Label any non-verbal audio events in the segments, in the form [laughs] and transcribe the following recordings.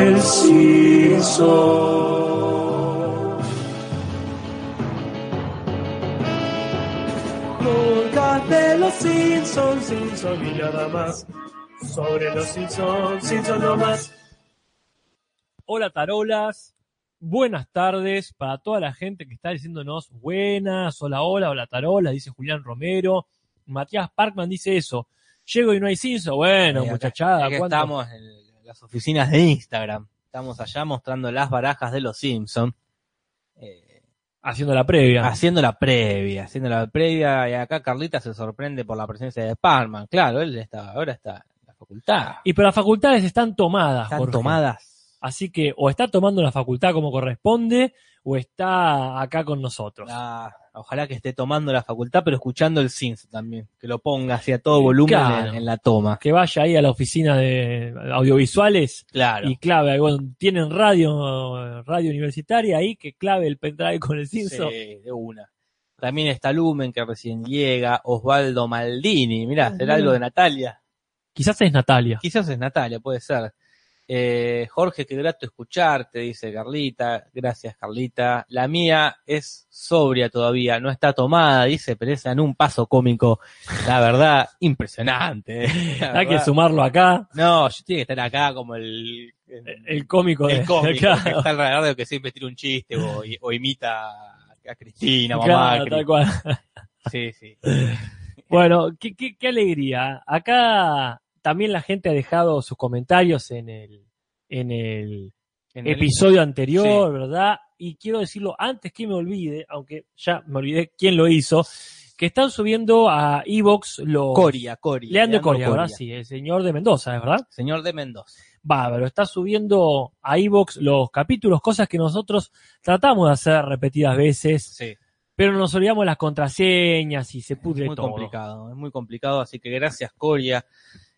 así soy. Nunca de los Simpsons, Simpsons y nada más. Sobre los Simpsons, Simpsons no más. Hola tarolas, buenas tardes para toda la gente que está diciéndonos buenas, hola, hola, hola tarolas, dice Julián Romero. Matías Parkman dice eso. Llego y no hay Simpsons. Bueno, Mira, acá- muchachada, Aquí ¿cuánto? estamos en el- las oficinas de Instagram. Estamos allá mostrando las barajas de los Simpsons. haciendo la previa. haciendo la previa, haciendo la previa. Y acá Carlita se sorprende por la presencia de Parman. Claro, él está, ahora está en la facultad. Y pero las facultades están tomadas. Están Ah, Jorge. tomadas. Así que o está tomando la facultad como corresponde o está acá con nosotros. Ah, ojalá que esté tomando la facultad, pero escuchando el Simpson también. Que lo ponga hacia todo volumen Claro. en, en la toma. Que vaya ahí a la oficina de audiovisuales Claro. y clave. ahí, Bueno, tienen radio, eh, radio universitaria ahí que clave el pendrive con el Simpson. Sí, de una. También está Lumen, que recién llega. Osvaldo Maldini. Mirá, será algo de Natalia. Quizás es Natalia. Quizás es Natalia, puede ser. Eh, Jorge, qué grato escucharte, dice Carlita. Gracias, Carlita. La mía es sobria todavía, no está tomada, dice, pero es en un paso cómico. La verdad, [laughs] impresionante. eh. La Hay Ah, que verdad. sumarlo acá. No, yo tiene que estar acá como el, El cómico de el cómico, que [laughs] [laughs] claro, está alrededor de que siempre tira un chiste o, o imita a Cristina, mamá. claro, Cri- tal [laughs] cual. Sí, sí. Bueno, qué, qué- qué alegría. Acá también la gente ha dejado sus comentarios en el, en el En el- episodio anterior, ¿verdad? Y quiero decirlo antes que me olvide, aunque ya me olvidé quién lo hizo, que están subiendo a Evox los... Coria, Coria. Leandro, Coria, Coria. ¿verdad? Sí, el señor de Mendoza, ¿verdad? Señor de Mendoza. Bárbaro, está subiendo a Evox los capítulos, cosas que nosotros tratamos de hacer repetidas veces, Sí. pero nos olvidamos las contraseñas y se pudre es muy todo. complicado, es muy complicado, así que gracias Coria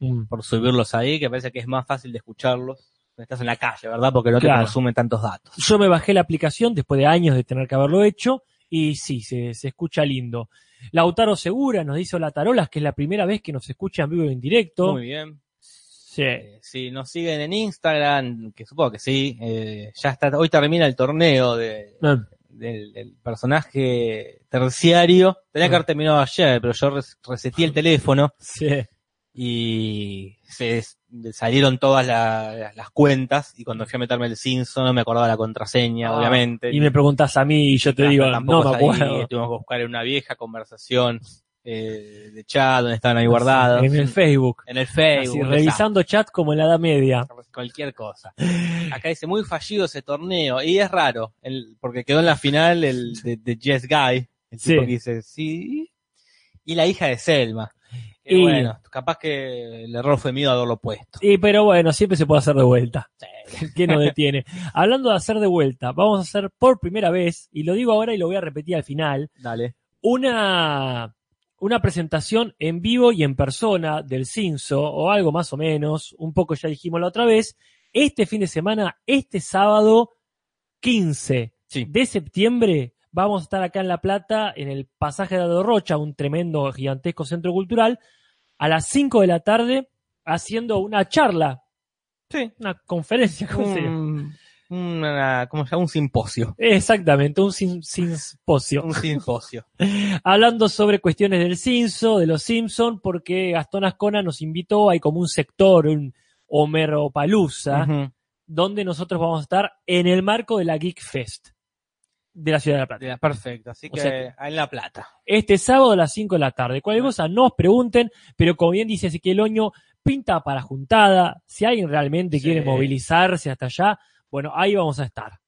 Mm. por subirlos ahí, que parece que es más fácil de escucharlos. Estás en la calle, ¿verdad? Porque no Claro. te consumen tantos datos. Yo me bajé la aplicación después de años de tener que haberlo hecho y sí, se, se escucha lindo. Lautaro Segura nos dice Hola Tarolas, que es la primera vez que nos escucha en vivo y en directo. Muy bien. Sí. Eh, si nos siguen en Instagram, que supongo que sí, eh, ya está, hoy termina el torneo de, Ah, del, del personaje terciario. Tenía que haber terminado ayer, pero yo res- reseté el teléfono sí. y se s- salieron todas la- las, cuentas y cuando fui a meterme el Simpson no me acordaba la contraseña, Ah, obviamente. Y me preguntas a mí y yo te Claro, digo, Ah, no tampoco me es ahí, acuerdo. Tuvimos que buscar en una vieja conversación eh, de chat donde estaban ahí guardados. En el Facebook. En el Así, Facebook. un revisando chat como en la Edad Media. desastre, Cualquier cosa. Acá dice muy fallido ese torneo. Y es raro, el- porque quedó en la final el de, de Jess Guy. El Sí. tipo que dice sí. Y la hija de Selma. Que Y- bueno, capaz que el error fue mío haberlo puesto. Y pero bueno, siempre se puede hacer de vuelta. [laughs] que nos detiene? Hablando de hacer de vuelta, vamos a hacer por primera vez, y lo digo ahora y lo voy a repetir al final, Dale. una, una presentación en vivo y en persona del Cinso, o algo más o menos, un poco ya dijimos la otra vez, este fin de semana, este sábado 15 Sí. de septiembre, vamos a estar acá en La Plata, en el pasaje de la Rocha, un tremendo, gigantesco centro cultural, a las 5 de la tarde, haciendo una charla, Sí. Mm. una conferencia, ¿cómo se llama? Un, una- ¿cómo se llama? Un simposio. Exactamente, un sin- simposio. [laughs] Un simposio. hablando sobre cuestiones del Cinso, de los Simpson, porque Gastón Ascona nos invitó, hay como un sector, un Homero Palusa, Ujú. donde nosotros vamos a estar en el marco de la Geek Fest de la Ciudad de la Plata. De la- Perfecto, así O que sea en La Plata. Este sábado a las 5 de la tarde. Cualquier cosa, no os pregunten, pero como bien dice Ezequiel Oño, pinta para juntada. Si alguien realmente Sí. quiere movilizarse hasta allá, bueno, ahí vamos a estar.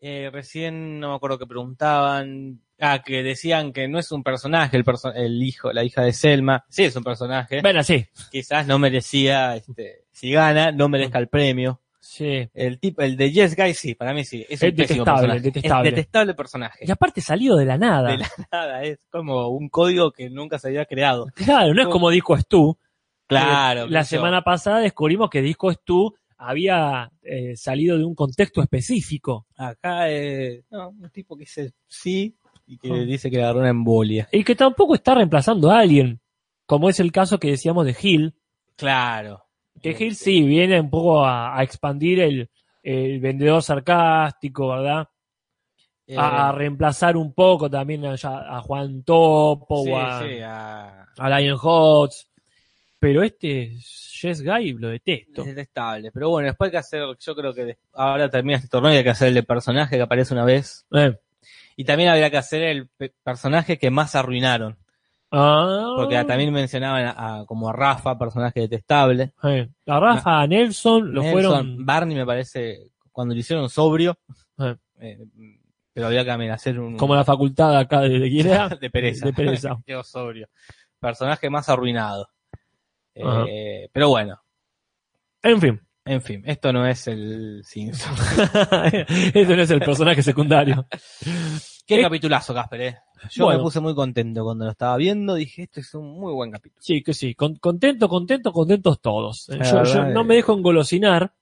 Eh, recién no me acuerdo que preguntaban. Ah, que decían que no es un personaje el, perso- el hijo, la hija de Selma. Sí, es un personaje. Bueno, sí. Quizás no merecía, este, si gana, no merezca el premio. Sí. El tipo, el de Yes Guy, sí, para mí sí. Es un Es pésimo detestable, personaje. detestable. Es detestable personaje. Y aparte salido de la nada. De la nada, es como un código que nunca se había creado. Claro, [laughs] no es como Disco es tú, Claro. Eh, la qué sé yo. semana pasada descubrimos que Disco es tú había eh, salido de un contexto específico Acá, eh, no, un tipo que dice sí y que Oh. dice que le agarró una embolia. y que tampoco está reemplazando a alguien, como es el caso que decíamos de Hill, Claro. que Eh, Hill sí viene un poco a, a expandir el, el vendedor sarcástico, ¿verdad? Eh, A, a reemplazar un poco también a, ya- a Juan Topo sí, o a, sí, a- a Lion Hots. Pero este Jess Guy lo detesto. Es detestable. Pero bueno, después hay que hacer, yo creo que des- ahora termina este torneo y hay que hacer el de personaje que aparece una vez. Eh. Y también habría que hacer el pe- personaje que más arruinaron. Ah. Porque también mencionaban a, a- como a Rafa, personaje detestable. Eh, A Rafa, a Nelson, lo Nelson, fueron. Barney me parece, cuando lo hicieron sobrio, Eh. eh, pero había que hacer un... Como la facultad de acá de, de quién era. [laughs] de pereza. De pereza. [laughs] Quedó sobrio. Personaje más arruinado. Eh, Ajá. pero bueno, En fin. [laughs] en fin, esto no es el Simpson. Ese Este no es el personaje secundario. Qué Eh, capitulazo, Casper, eh. Yo Bueno. me puse muy contento cuando lo estaba viendo. Dije, esto es un muy buen capítulo. Sí, que sí. Con- contento, contento, contentos todos. La Yo, yo verdad, no eh. me dejo engolosinar.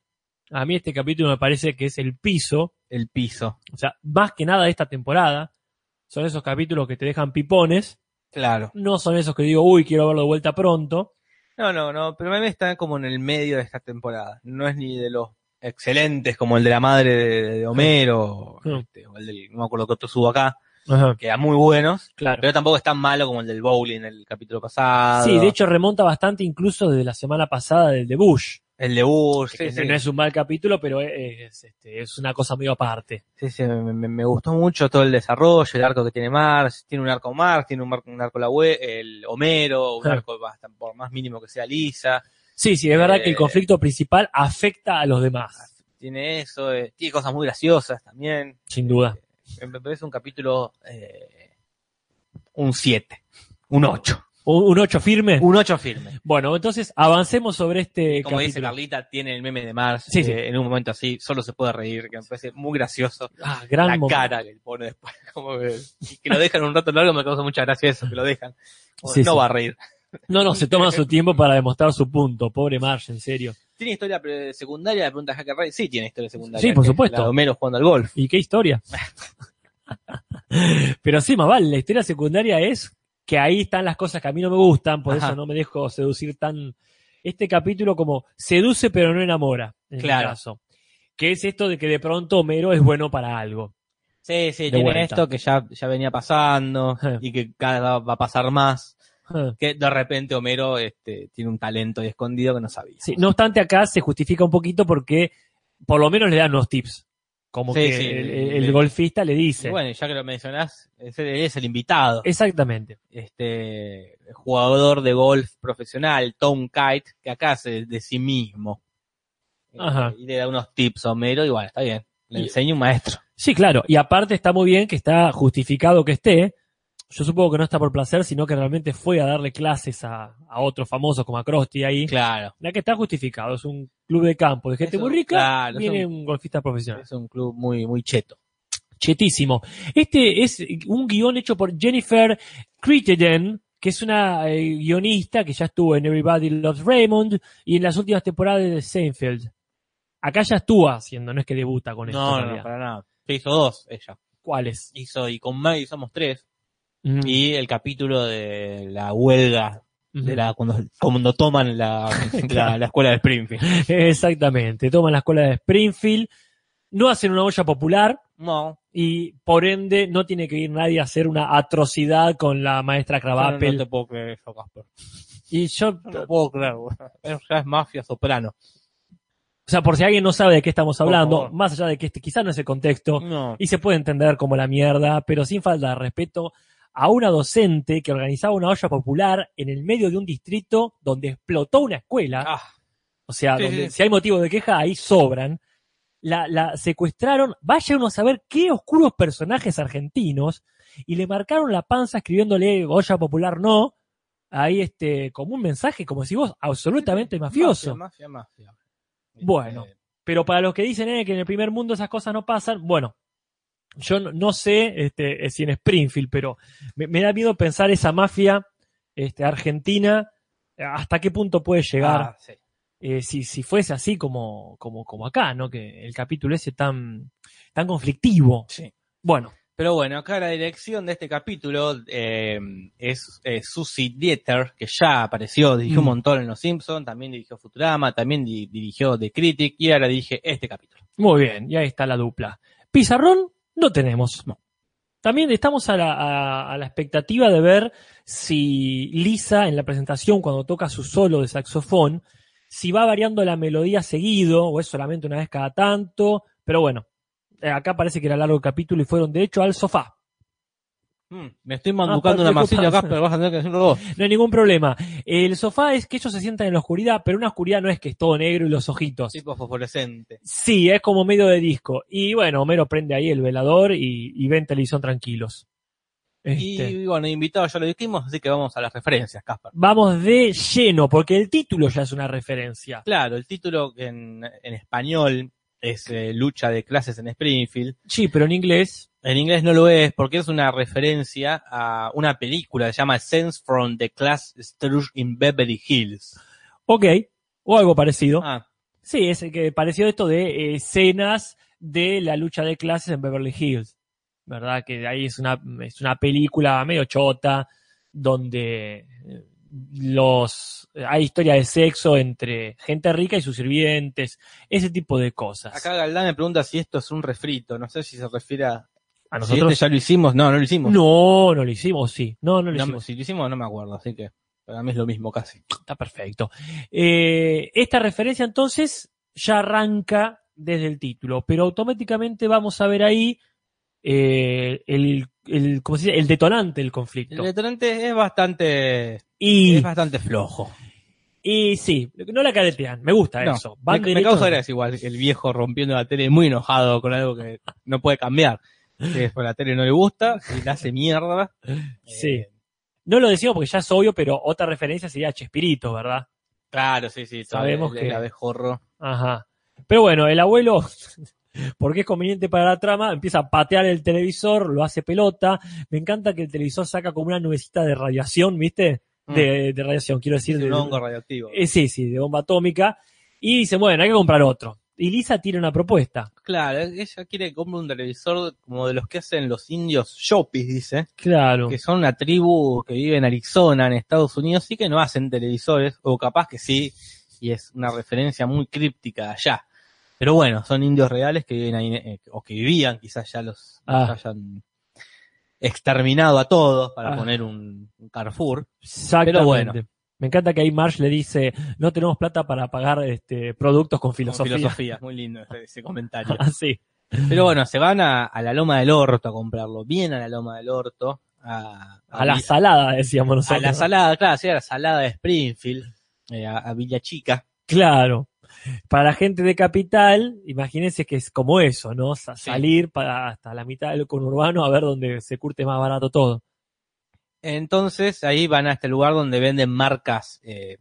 A mí este capítulo me parece que es el piso. El piso. O sea, más que nada de esta temporada. Son esos capítulos que te dejan pipones. Claro. No son esos que digo, uy, quiero verlo de vuelta pronto. No, no, no. Pero me está como en el medio de esta temporada. No es ni de los excelentes como el de la madre de, de Homero. Mm. este, o el del, no me acuerdo qué otro subo acá. Que eran muy buenos. Claro. Pero tampoco es tan malo como el del bowling el capítulo pasado. Sí, de hecho remonta bastante incluso desde la semana pasada del de Bush. El de Bush. que sí, sí. No es un mal capítulo, pero es, este, es una cosa medio aparte. Sí, sí, me, me- me gustó mucho todo el desarrollo, el arco que tiene Mars, tiene un arco Mars, tiene un, mar- un arco la hue- el Homero, un Claro. arco bastante, por más mínimo que sea Lisa, Sí, sí, es verdad que el Eh, ah, conflicto principal afecta a los demás, tiene eso, eh, tiene cosas muy graciosas también. sin duda. Me- Me parece un capítulo, eh, un 7, un 8, ¿Un, un 8 firme? un 8 firme. Bueno, entonces avancemos sobre este Como dice capítulo. Carlita, tiene el meme de Mars, Sí, sí. eh, en un momento así, solo se puede reír, que me parece muy gracioso. Ah, gran la momento. cara que le pone después, [laughs] como que, y que lo dejan un rato largo, me causa mucha gracia eso, que lo dejan. Como, Sí, no sí. va a reír. No, no, se toma su tiempo para demostrar su punto. Pobre Marge, en serio. ¿Tiene historia pre- secundaria? Le pregunta a Hacker Ray. Sí, tiene historia secundaria. Sí, por Que es supuesto. La de Homero jugando al golf. ¿Y qué historia? pero sí, más vale, la historia secundaria es que ahí están las cosas que a mí no me gustan, por Ajá. eso no me dejo seducir tan... Este capítulo como seduce pero no enamora, en mi Claro. caso. Que es esto de que de pronto Homero es bueno para algo. Sí, sí, De tiene vuelta. esto que ya, ya venía [laughs] pasando Ajá. y que cada va a pasar más. Ah. Que de repente Homero este, tiene un talento ahí escondido que no sabía. Sí, no obstante, acá se justifica un poquito porque por lo menos le dan unos tips. Como Sí, que sí, el, le- el le- golfista le Y dice. bueno, ya que lo mencionás, ese es el invitado. Eh. Exactamente. Este jugador de golf profesional, Tom Kite, que acá hace de sí mismo. Ajá. Eh, Y le da unos tips a Homero y bueno, está bien. Le Y- enseña un maestro. Sí, claro. Y aparte está muy bien que está justificado que esté. Yo supongo que no está por placer, sino que realmente fue a darle clases a, a otros famosos como a Krusty ahí. Claro. La que está justificado. Es un club de campo de gente Es muy un- rica. claro, es viene un- un golfista profesional. Es un club muy, muy cheto. Chetísimo. Este es un guión hecho por Jennifer Crittenden, que es una eh, guionista que ya estuvo en Everybody Loves Raymond y en las últimas temporadas de Seinfeld. Acá ya estuvo haciendo, no es que debuta con esto. en realidad. para nada. Se hizo dos ella. ¿Cuáles? Hizo, y con Maggie somos tres. Mm, Y el capítulo de la huelga, ujú. de la, cuando, cuando toman la, [laughs] la, la escuela de Springfield. [laughs] Exactamente. Toman la escuela de Springfield, no hacen una olla popular No, y por ende no tiene que ir nadie a hacer una atrocidad con la maestra yo no, Cravapel. te puedo creer eso, Casper. Y yo, No te puedo creer, güey. Eso ya es mafia soprano. o sea, por si alguien no sabe de qué estamos Por hablando, favor. Mm. más allá de que este quizás no es el contexto, No. y se puede entender como la mierda, pero sin falta de respeto a una docente que organizaba una olla popular en el medio de un distrito donde explotó una escuela, Ah, o sea, sí, donde sí. si hay motivo de queja, ahí sobran. La, la secuestraron, vaya uno a saber qué oscuros personajes argentinos, y le marcaron la panza escribiéndole olla popular no, ahí este, como un mensaje, como si vos, absolutamente mafioso. Mafia, mafia, mafia. Bueno. Eh, Pero para los que dicen eh, que en el primer mundo esas cosas no pasan, bueno, yo no, no sé este, eh, si en Springfield, pero me, me da miedo pensar esa mafia este, argentina, eh, hasta qué punto puede llegar. ah, sí. eh, si, si fuese así como, como, como acá, ¿no? Que el capítulo ese tan, tan conflictivo. Sí. Bueno, Pero bueno, acá la dirección de este capítulo eh, es eh, Susie Dieter, que ya apareció, dirigió un Mm. montón en Los Simpsons, también dirigió Futurama, también di- dirigió The Critic y ahora dirige este capítulo. Muy bien, y ahí está la dupla. Pizarrón no tenemos. También estamos a la, a- a la expectativa de ver si Lisa en la presentación, cuando toca su solo de saxofón, si va variando la melodía seguido o es solamente una vez cada tanto. Pero bueno, eh, acá parece que era largo el capítulo y fueron de hecho al sofá. Mm, me Ah, estoy manducando una porque- masilla acá, pero vas a tener que hacerlo vos. [laughs] No hay ningún problema. El sofá es que ellos se sientan en la oscuridad, pero una oscuridad no es que es todo negro y los ojitos. Tipo fosforescente. Sí, es como medio de disco. Y bueno, Homero prende ahí el velador y, y ven televisión tranquilos. Este, Y bueno, invitado ya lo dijimos, así que vamos a las referencias, Casper. Vamos de lleno, porque el título ya es una referencia. Claro, el título en, en español es eh, Lucha de clases en Springfield. Sí, pero en inglés. En inglés no lo es porque es una referencia a una película que se llama Sense from the Class Struge in Beverly Hills. Ok, o algo parecido. Ah, Sí, es el que parecido esto de eh, escenas de la lucha de clases en Beverly Hills. ¿Verdad? Que ahí es una, es una película medio chota donde eh, los hay historia de sexo entre gente rica y sus sirvientes, ese tipo de cosas. acá Galdán me pregunta si esto es un refrito. No sé si se refiere a. A si nosotros este ya lo hicimos. No, no lo hicimos. no, no lo hicimos, sí. No, no lo No, hicimos. si lo hicimos, no me acuerdo. Así que para mí es lo mismo casi. Está perfecto. Eh, esta referencia entonces ya arranca desde el título, pero automáticamente vamos a ver ahí eh, el, el, ¿cómo se dice? el detonante del El conflicto. detonante es bastante. Y, Es bastante flojo. y sí, no la caretean, me gusta No, eso. Me, Van me derecho- causa gracia igual el viejo rompiendo la tele muy enojado con algo que no puede cambiar. Que es por la tele no le gusta y la hace mierda. Sí. Eh, No lo decimos porque ya es obvio, pero otra referencia sería Chespirito, ¿verdad? claro, sí, sí. todo Sabemos el- que- El abejorro. Ajá. Pero bueno, el abuelo, [laughs] porque es conveniente para la trama, empieza a patear el televisor, lo hace pelota. Me encanta que el televisor saca como una nubecita de radiación, ¿viste? de, de radiación, quiero decir. Mm, de, un hongo radioactivo. eh, sí, sí, de bomba atómica. Y dicen, bueno, hay que comprar otro. Y Lisa tiene una propuesta. Claro, ella quiere que compre un televisor como de los que hacen los indios Shopis, dice, Claro. que son una tribu que vive en Arizona, en Estados Unidos, y que no hacen televisores, o capaz que sí, y es una referencia muy críptica allá. Pero bueno, son indios reales que viven ahí, eh, o que vivían, quizás ya los, Ah. los hayan exterminado a todos para Ah. poner un, un Carrefour. Exactamente. pero bueno. Me encanta que ahí Marsh le dice, no tenemos plata para pagar este, productos con Con filosofía. [laughs] Ah, filosofía, muy lindo ese- ese comentario. Así. Pero bueno, se van a, a la Loma del Orto a comprarlo, bien a la Loma del Orto, a, a A la Vi- salada, decíamos a nosotros. la salada, claro, sí, a la salada de Springfield, eh, a, a Villa Chica. Claro. Para la gente de capital, imagínense que es como eso, ¿no? Sa- Sí. Salir para hasta la mitad del conurbano a ver dónde se curte más barato [laughs] todo. Entonces ahí van a este lugar donde venden marcas, eh,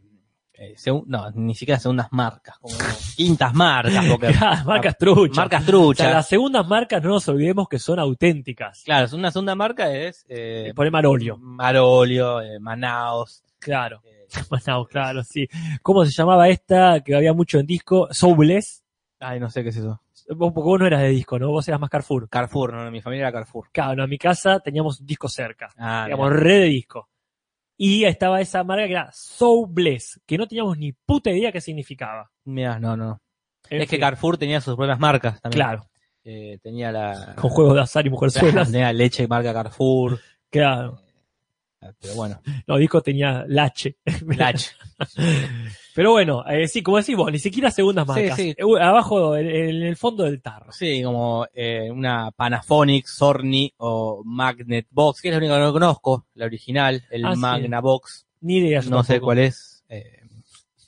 eh, segun- no, ni siquiera segundas marcas, [laughs] como quintas marcas, porque Ah, marcas truchas. marcas O sea, truchas. las segundas marcas no nos olvidemos que son auténticas. Claro, una segunda marca es eh, Por el Marolio. Marolio, eh, Manaos. Claro. [laughs] eh, Manaus, claro, sí. ¿Cómo se llamaba esta que había mucho en disco? Soubles. ay, no sé qué es eso. Vos, porque vos no eras de disco, ¿no? Vos eras más Carrefour. Carrefour, no, mi familia era Carrefour. Claro, no, en mi casa teníamos un disco cerca. Ah, Digamos, re de disco. Y estaba esa marca que era Soubles, que no teníamos ni puta idea qué significaba. mirá, mirá, no, no. En es que fin, Carrefour tenía sus propias marcas también. Claro, Eh, tenía la. con juegos de azar y mujerzuelas. [laughs] tenía leche marca Carrefour. claro. Pero [laughs] bueno, No, disco tenía Lache. Lach. Pero bueno, eh, sí, como decís vos, ni siquiera segundas Sí, marcas. sí. Eh, Abajo, en, en el fondo del tarro. Sí, como eh, una Panasonic, Sorny o Magnet Box, que es la única que no conozco, la original, el Ah, sí. Magna Box. Ni idea. yo No sé tampoco. cuál es. eh,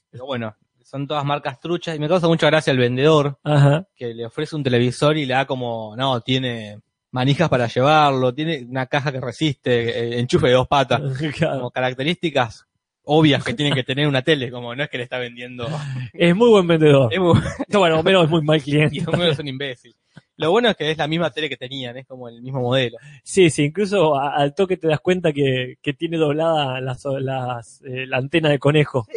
pero bueno, son todas marcas truchas y me causa mucha gracia el vendedor Ajá. que le ofrece un televisor y le da como, no, tiene manijas para llevarlo, tiene una caja que resiste, eh, enchufe de dos patas. [laughs] Claro. como características obvias que tiene que tener una tele, como no es que le está vendiendo. Es muy buen vendedor. Es muy- No, [laughs] bueno, Homero es muy mal [laughs] y cliente. Homero es un imbécil. Lo bueno es que es la misma tele que tenían, es como el mismo modelo. Sí, sí, incluso a- al toque te das cuenta que, que tiene doblada las, las, eh, la antena de conejo. [laughs]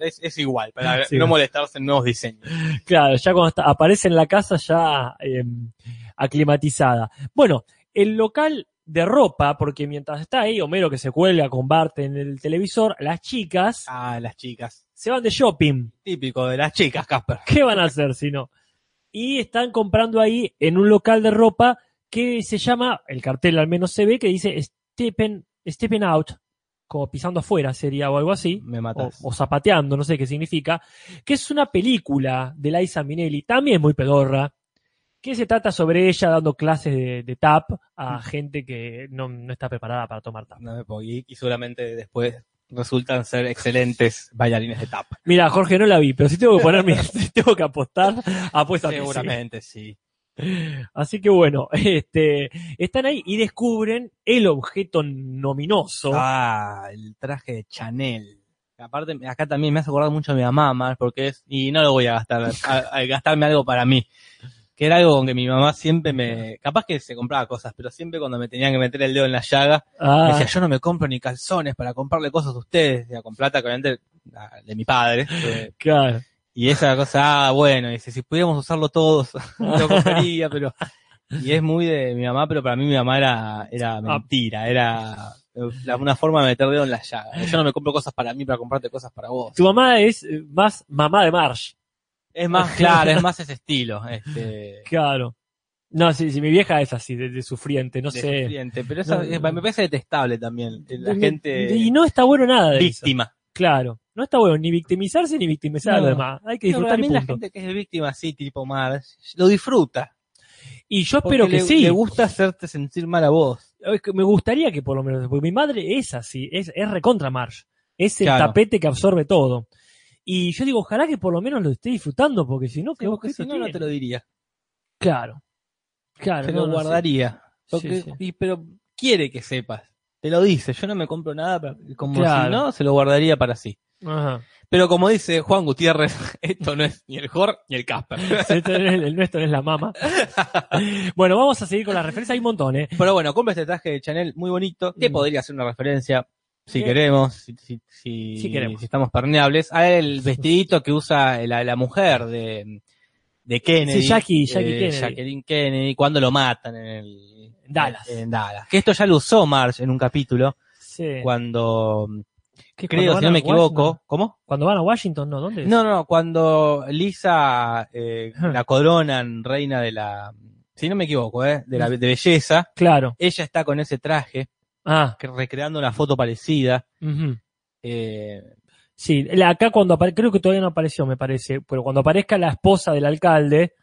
es, es igual, para Sí. no molestarse en nuevos diseños. Claro, ya cuando está- aparece en la casa ya eh, em, aclimatizada. Bueno, El local de ropa, porque mientras está ahí Homero que se cuelga con Bart en el televisor, las chicas Ah, las chicas. se van de shopping. [laughs] Típico de las chicas, Casper. ¿Qué van a hacer si no? Y están comprando ahí en un local de ropa que se llama, el cartel al menos se ve, que dice Stepping, stepping Out, como pisando afuera sería o algo así, Me o, matas. o zapateando, no sé qué significa, que es una película de Liza Minnelli, también muy pedorra, que se trata sobre ella dando clases de, de tap Mm. a gente que no, no está preparada para tomar tap. oh. No me puedo- y, y seguramente después resultan ser excelentes bailarines de tap. Mira, Jorge, no la vi, pero si [laughs] tengo que ponerme, [laughs] si tengo que apostar, apuesto a que sí. Seguramente Pues sí. Así que bueno, [laughs] este, están ahí y descubren el objeto nominoso. Ah, el traje de Chanel. Aparte, acá también me hace acordar mucho a mi mamá, más porque es, y no lo voy a gastar, a- a gastarme algo para mí. Que era algo con que mi mamá siempre me, capaz que se compraba cosas, pero siempre cuando me tenían que meter el dedo en la llaga, me Ah, decía, yo no me compro ni calzones para comprarle cosas a ustedes, decía, con plata, obviamente, la- de mi padre. eh, claro. Y esa cosa, ah, bueno, dice, si pudiéramos usarlo todos, [laughs] lo compraría, pero. Y es muy de mi mamá, pero para mí mi mamá era, Ah. era mentira, era la- una forma de meter dedo en la llaga. Yo no me compro cosas para mí para comprarte cosas para vos. Tu mamá es eh, más mamá de Marge. [laughs] Es más, claro, es más ese estilo, este. Claro. No, sí, sí, mi vieja es así, de, de sufriente, no de sé. sufriente, Pero eso No, eh, me parece detestable también. La De- gente Y no está bueno nada de eso. víctima. Claro. No está bueno ni victimizarse ni victimizar a No. los demás. Hay que Pero disfrutar y también la punto. gente que es víctima así, tipo Marge, lo disfruta. Y yo porque espero que le- sí. Le gusta hacerte sentir mal a vos. Es que Me gustaría que por lo menos, porque mi madre es así, es, es recontra Marge. Es el Claro. tapete que absorbe todo. Y yo digo, ojalá que por lo menos lo esté disfrutando, porque si no, ¿qué Que vos que objeto si no, no tiene? te lo diría. Claro. Claro. Te no, lo no sé. guardaría. Sí, Porque- sí. y- pero quiere que sepas. Te lo dice, yo no me compro nada, pero como Claro. si no, se lo guardaría para sí. Ajá. Pero como dice Juan Gutiérrez, [laughs] esto no es ni el Jor ni el Casper. Este no es- el nuestro no es la [laughs] mama. bueno, vamos a seguir con las referencias. Hay un montón, ¿eh? Pero bueno, compra este traje de Chanel muy bonito, que Mm. podría ser una referencia, si Sí. queremos, si, si, si, Si queremos. si estamos permeables, a [laughs] el vestidito que usa la, la mujer de, de Kennedy. eh, Sí, Jackie- Jackie Kennedy. Jacqueline Kennedy, cuando lo matan en el... Dallas. En Dallas. Que esto ya lo usó Marge en un capítulo, Sí. cuando, ¿Qué, cuando creo, van si no a me Washington? equivoco, ¿cómo? Cuando van a Washington, ¿no? ¿Dónde es? No, no, no, cuando Lisa eh, la coronan reina de la, si no me equivoco, eh, de la de belleza, Claro. ella está con ese traje, Ah. que- recreando una foto parecida. ujú. eh, Sí, la- acá cuando apare- creo que todavía no apareció, me parece, pero cuando aparezca la esposa del alcalde,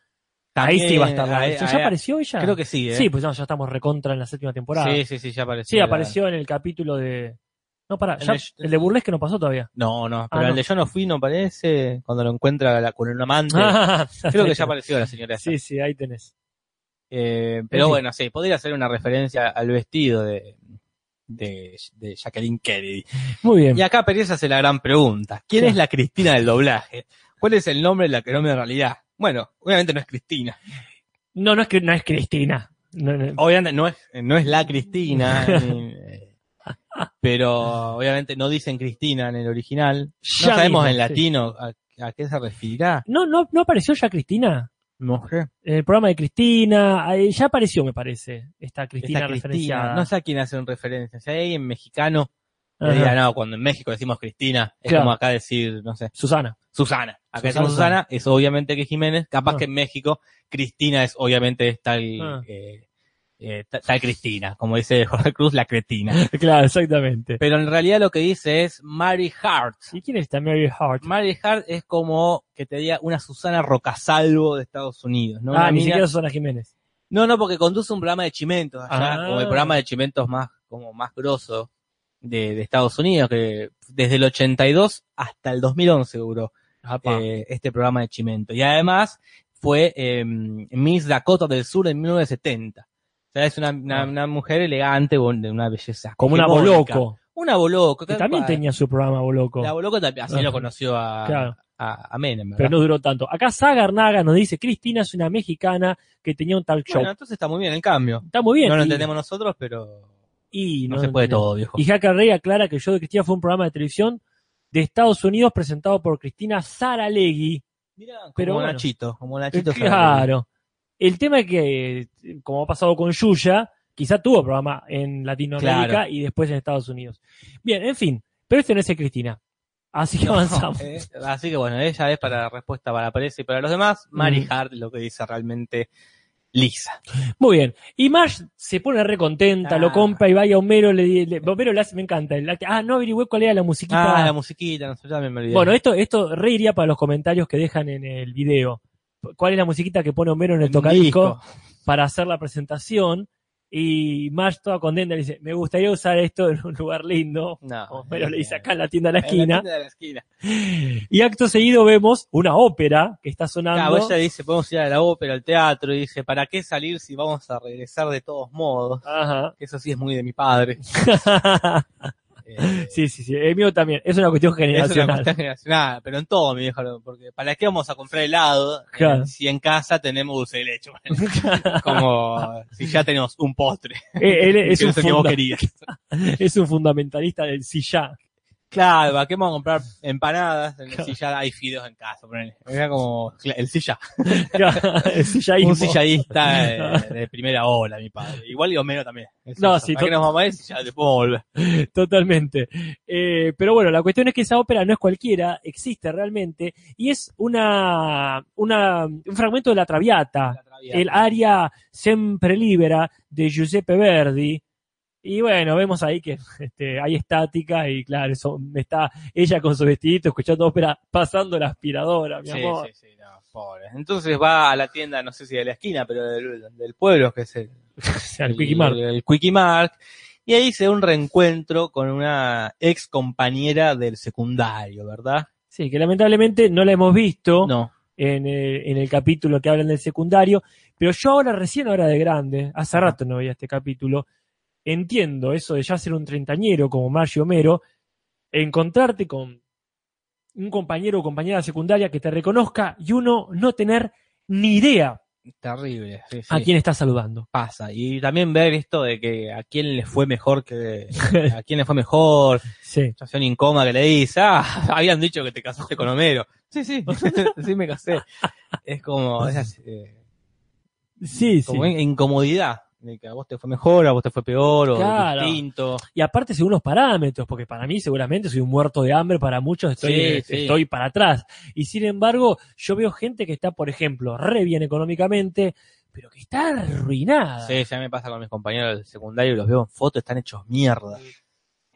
ahí también- sí va a estar. la- ahí- ¿Ya ahí- apareció ella? Creo que sí, ¿eh? Sí, pues no, ya estamos recontra en la séptima temporada. sí, Sí, sí, sí, ya apareció. la- apareció en el capítulo de. No, para, En ya, el- el de Burlesque no pasó todavía. No, no, pero Ah, el no. de Yo no fui no aparece cuando lo encuentra la- con un [laughs] amante. Creo que ya apareció la señora. esa. Ah, Sí, sí, ahí tenés. Eh, pero Sí. bueno, sí, podría ser una referencia al vestido de, de, de Jacqueline Kennedy. Muy bien. Y acá Pérez hace la gran pregunta. ¿Quién Em. Sí. es la Cristina del doblaje? ¿Cuál es el nombre de la que no me da realidad? Bueno, obviamente no es Cristina. No, no es, que- no es Cristina. No, no. Obviamente no es, no es [laughs] la Cristina. ni- eh, pero obviamente no dicen Cristina en el original. No Ya sabemos mismo, en sí. latino a, a qué se referirá. No, no, no apareció ya Cristina. No sé. En el programa de Cristina, ahí ya apareció, me parece, esta Cristina, Esta Cristina. referenciada. No sé a quién hacen referencia. Si hay alguien mexicano que Ajá. diga, no, cuando en México decimos Cristina, es Claro. como acá decir, no sé, Susana. Susana. Acá Susana, decimos Susana, es obviamente que Jiménez. Capaz Ah. que en México, Cristina es obviamente es tal, Ah. eh, eh, ta- tal Cristina. Como dice Jorge Cruz, la cretina. Claro, exactamente. Pero en realidad lo que dice es Mary Hart. ¿Y quién es esta Mary Hart? Mary Hart es como que te diga una Susana Rocasalvo de Estados Unidos, ¿no? Una ah, ni mina- siquiera Susana Jiménez. No, no, porque conduce un programa de chimentos allá, Ah. como el programa de chimentos más, como más grosso de, de Estados Unidos, que desde el 82 hasta el 2011 duró eh, este programa de Chimento. Y además fue eh, Miss Dakota del Sur en 1970. O sea, es una, una- Ah. una mujer elegante, bon- de una belleza. Como una hegemónica. Boloco. Una boloco. Que tal también cual. tenía su programa Boloco. La boloco también, así Ajá. lo conoció a, Claro. a, a Menem, ¿verdad? Pero no duró tanto. Acá Sagar Naga nos dice, Cristina es una mexicana que tenía un talk show. Bueno, entonces está muy bien el cambio. Está muy bien. No lo y- entendemos nosotros, pero Y no, se puede entendemos. todo, viejo. Y Hacker Rey aclara que Yo de Cristina fue un programa de televisión de Estados Unidos presentado por Cristina Saralegui. Mirá, como pero bueno. Nachito, como Eh, [laughs] Nachito. Fernández. Claro. El tema es que, eh, como ha pasado con Yuya, Quizá tuvo programa en Latinoamérica Claro. y después en Estados Unidos. Bien, en fin, pero este no es el Cristina. Así que avanzamos. Eh, así que bueno, ella es para la respuesta para Pereza y para los demás. Mary Mm. Hart, lo que dice realmente Lisa. Muy bien. Y Marge se pone re contenta, Ah. lo compra y va y a Homero le, di- le- Homero le hace, me encanta. el latte. ah, no averigüé cuál era la musiquita. Ah, la musiquita, no sé, ya me olvidé. bueno, esto, esto re iría para los comentarios que dejan en el video. ¿Cuál es la musiquita que pone Homero en el tocadisco para hacer la presentación? Y Marge toda contenta le dice, me gustaría usar esto en un lugar lindo. No. Homero Oh, le dice acá en la tienda de la Ah, En esquina. tienda de la esquina. Y acto seguido vemos una ópera que está Claro, sonando. ella dice, podemos ir a la ópera, al teatro, y dice, ¿para qué salir si vamos a regresar de todos modos? Ajá. [laughs] Eso sí es muy de mi padre. Eh, sí, sí, sí. El mío también. Es una cuestión Es una generacional. cuestión generacional, pero en todo, mi viejo, porque ¿para qué vamos a comprar helado eh, Claro. si en casa tenemos dulce de leche? Como si ya tenemos un postre, Eh, él que es, no un es el que vos funda- querías. [laughs] es un fundamentalista del si ya. Claro, ¿para qué vamos a comprar empanadas Claro. si ya hay fideos en casa? ponele? Era como cla- el [laughs] silla, [laughs] el sillaísmo. un silladista eh, de primera ola, mi padre. Igual y Homero también. El No, silla. sí, ¿Para qué to- nos vamos a ir si ya después vamos a volver? [laughs] Totalmente. Eh, pero bueno, la cuestión es que esa ópera no es cualquiera, existe realmente, y es una, una- un fragmento de La Traviata, La Traviata. Ah, el aria siempre libera de Giuseppe Verdi. Y bueno, vemos ahí que este, hay estática y claro, eso, está ella con su vestidito escuchando ópera, pasando la aspiradora, mi Sí, amor. [laughs] sí, sí, no, pobre. Entonces va a la tienda, no sé si de la esquina, pero del, del pueblo, que es el, Al Quickie Mart. el- el Quickie Mart. Y ahí se da un reencuentro con una ex compañera del secundario, ¿verdad? Sí, que lamentablemente no la hemos visto. No. en el, en el capítulo que hablan del secundario, pero yo ahora, recién ahora de grande, hace rato no veía este capítulo, entiendo eso de ya ser un treintañero como Marge y Homero, encontrarte con un compañero o compañera secundaria que te reconozca y uno no tener ni idea Terrible. sí, sí. a quién está saludando. pasa. Y también ver esto de que a quién le fue mejor que [laughs] a quién le fue mejor, Sí. situación incómoda que le dice, ah, [laughs] habían dicho que te casaste con Homero. Sí, sí, [laughs] sí me casé. Es como, es así, eh, Sí, sí. como in- incomodidad. De que a vos te fue mejor, a vos te fue peor, o Claro. distinto. Y aparte según los parámetros, porque para mí seguramente soy un muerto de hambre, para muchos estoy, Sí, eh, sí. estoy para atrás. Y sin embargo, yo veo gente que está, por ejemplo, re bien económicamente, pero que está arruinada. Sí, ya me pasa con mis compañeros del secundario, los veo en fotos, están hechos mierda.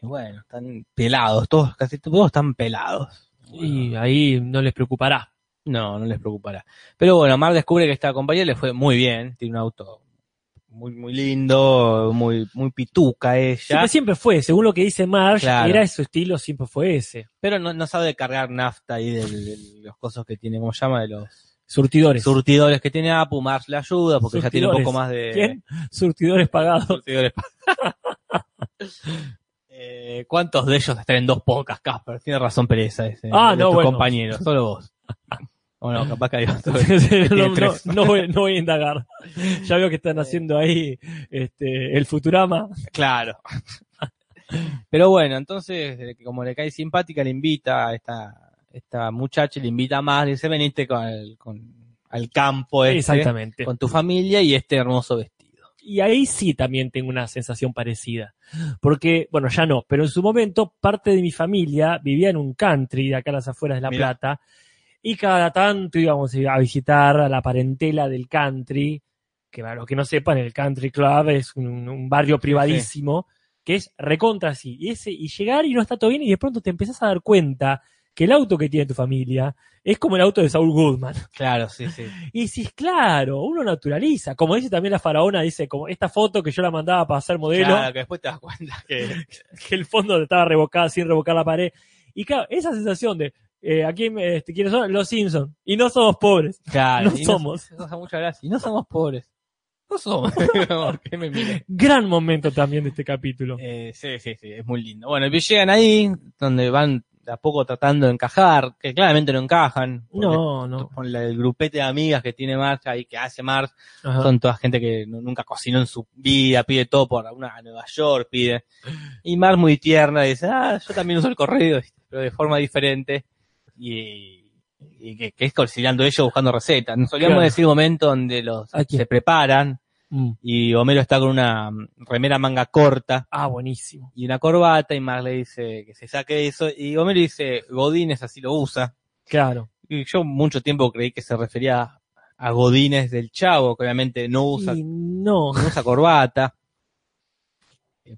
Y bueno, están pelados, todos, casi todos están pelados. Y ahí no les preocupará. No, no les preocupará. Pero bueno, Mar descubre que esta compañía le fue muy bien. Tiene un auto muy, muy lindo, muy, muy pituca ella. Siempre, siempre fue, según lo que dice Marsh, Claro. era su estilo, siempre fue ese. Pero no, no sabe cargar nafta y de, los cosos que tiene, ¿cómo se llama? De los Surtidores. surtidores que tiene Apu. Mar le ayuda porque ya tiene un Surtidores. poco más de ¿Quién? Surtidores pagados. [laughs] surtidores. Eh, ¿Cuántos de ellos están en dos pocas, Casper? Tiene razón pereza ese. Ah, de no, tus bueno. compañeros, solo [laughs] vos. Bueno, capaz que hay otro. no, no- tres. no voy, no voy a indagar. Ya veo que están haciendo ahí este, el Futurama. [laughs] Pues, Claro. [laughs] Pero bueno, entonces, eh, como le cae simpática, le invita a esta, esta muchacha, le invita más, le dice, veniste con el- con- al campo este, Exactamente. con tu familia y este hermoso vestido. Y ahí sí también tengo una sensación parecida. Porque, bueno, ya no, pero en su momento parte de mi familia vivía en un country de acá a las afueras de La Mirá. Plata. Y cada tanto íbamos a visitar a la parentela del country. Que para los que no sepan, el country club es un, un barrio privadísimo que es recontra así. Y, ese, y llegar y no está todo bien y de pronto te empezás a dar cuenta que el auto que tiene tu familia es como el auto de Saul Goodman. Claro, sí, sí. Y decís, claro, uno naturaliza. Como dice también la faraona, dice, como esta foto que yo la mandaba para hacer modelo, Claro, que después te das cuenta que [laughs] que el fondo estaba revocada sin revocar la pared. Y claro, esa sensación de, eh, ¿a quién, este, quiénes son? Los Simpsons. Y no somos pobres. [laughs] claro, No y somos. No, muchas gracias. Y no somos pobres. No [laughs] somos. ¿Por qué me miran? Gran momento también de este capítulo. Eh, sí, sí, sí, es muy lindo. Bueno, y pues llegan ahí, donde van de a poco tratando de encajar, que claramente no encajan. porque No, no. con la- el grupete de amigas que tiene Marta y que hace Marta, Ajá. son toda gente que nu- nunca cocinó en su vida, pide todo por una a Nueva York, pide. Y Mar muy tierna dice, ah, yo también uso el correo, pero de forma diferente. Y, y que, que es cocinando ellos buscando recetas. Nos solíamos Claro. decir momento donde los ¿A quién? se preparan Mm. y Homero está con una mm, remera manga corta Ah, buenísimo. y una corbata y Mark le dice que se saque eso y Homero dice Godínez así lo usa Claro. y yo mucho tiempo creí que se refería a Godínez del Chavo que obviamente no usa, Y no. no usa corbata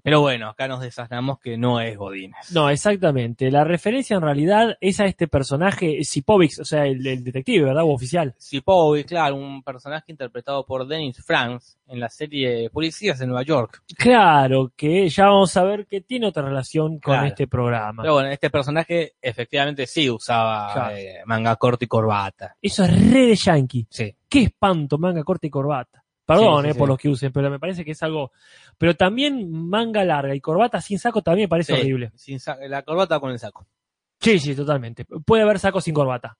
pero bueno acá nos desasnamos que no es Godínez No, exactamente. La referencia en realidad es a este personaje Sipovix, o sea, el, el detective, ¿verdad? O oficial. Sipovi, claro, un personaje interpretado por Dennis Franz en la serie Policías en Nueva York. Claro, que ya vamos a ver que tiene otra relación con Claro. este programa. Pero bueno, este personaje efectivamente sí usaba Claro. eh, manga corta y corbata. Eso es re de yankee. Sí. Qué espanto, manga corta y corbata. Perdón Sí, sí, eh, sí. por los que usen, pero me parece que es algo. Pero también manga larga y corbata sin saco también me parece Sí. horrible. Sin sa- la corbata con el saco. Sí, sí, totalmente. Puede haber saco sin corbata,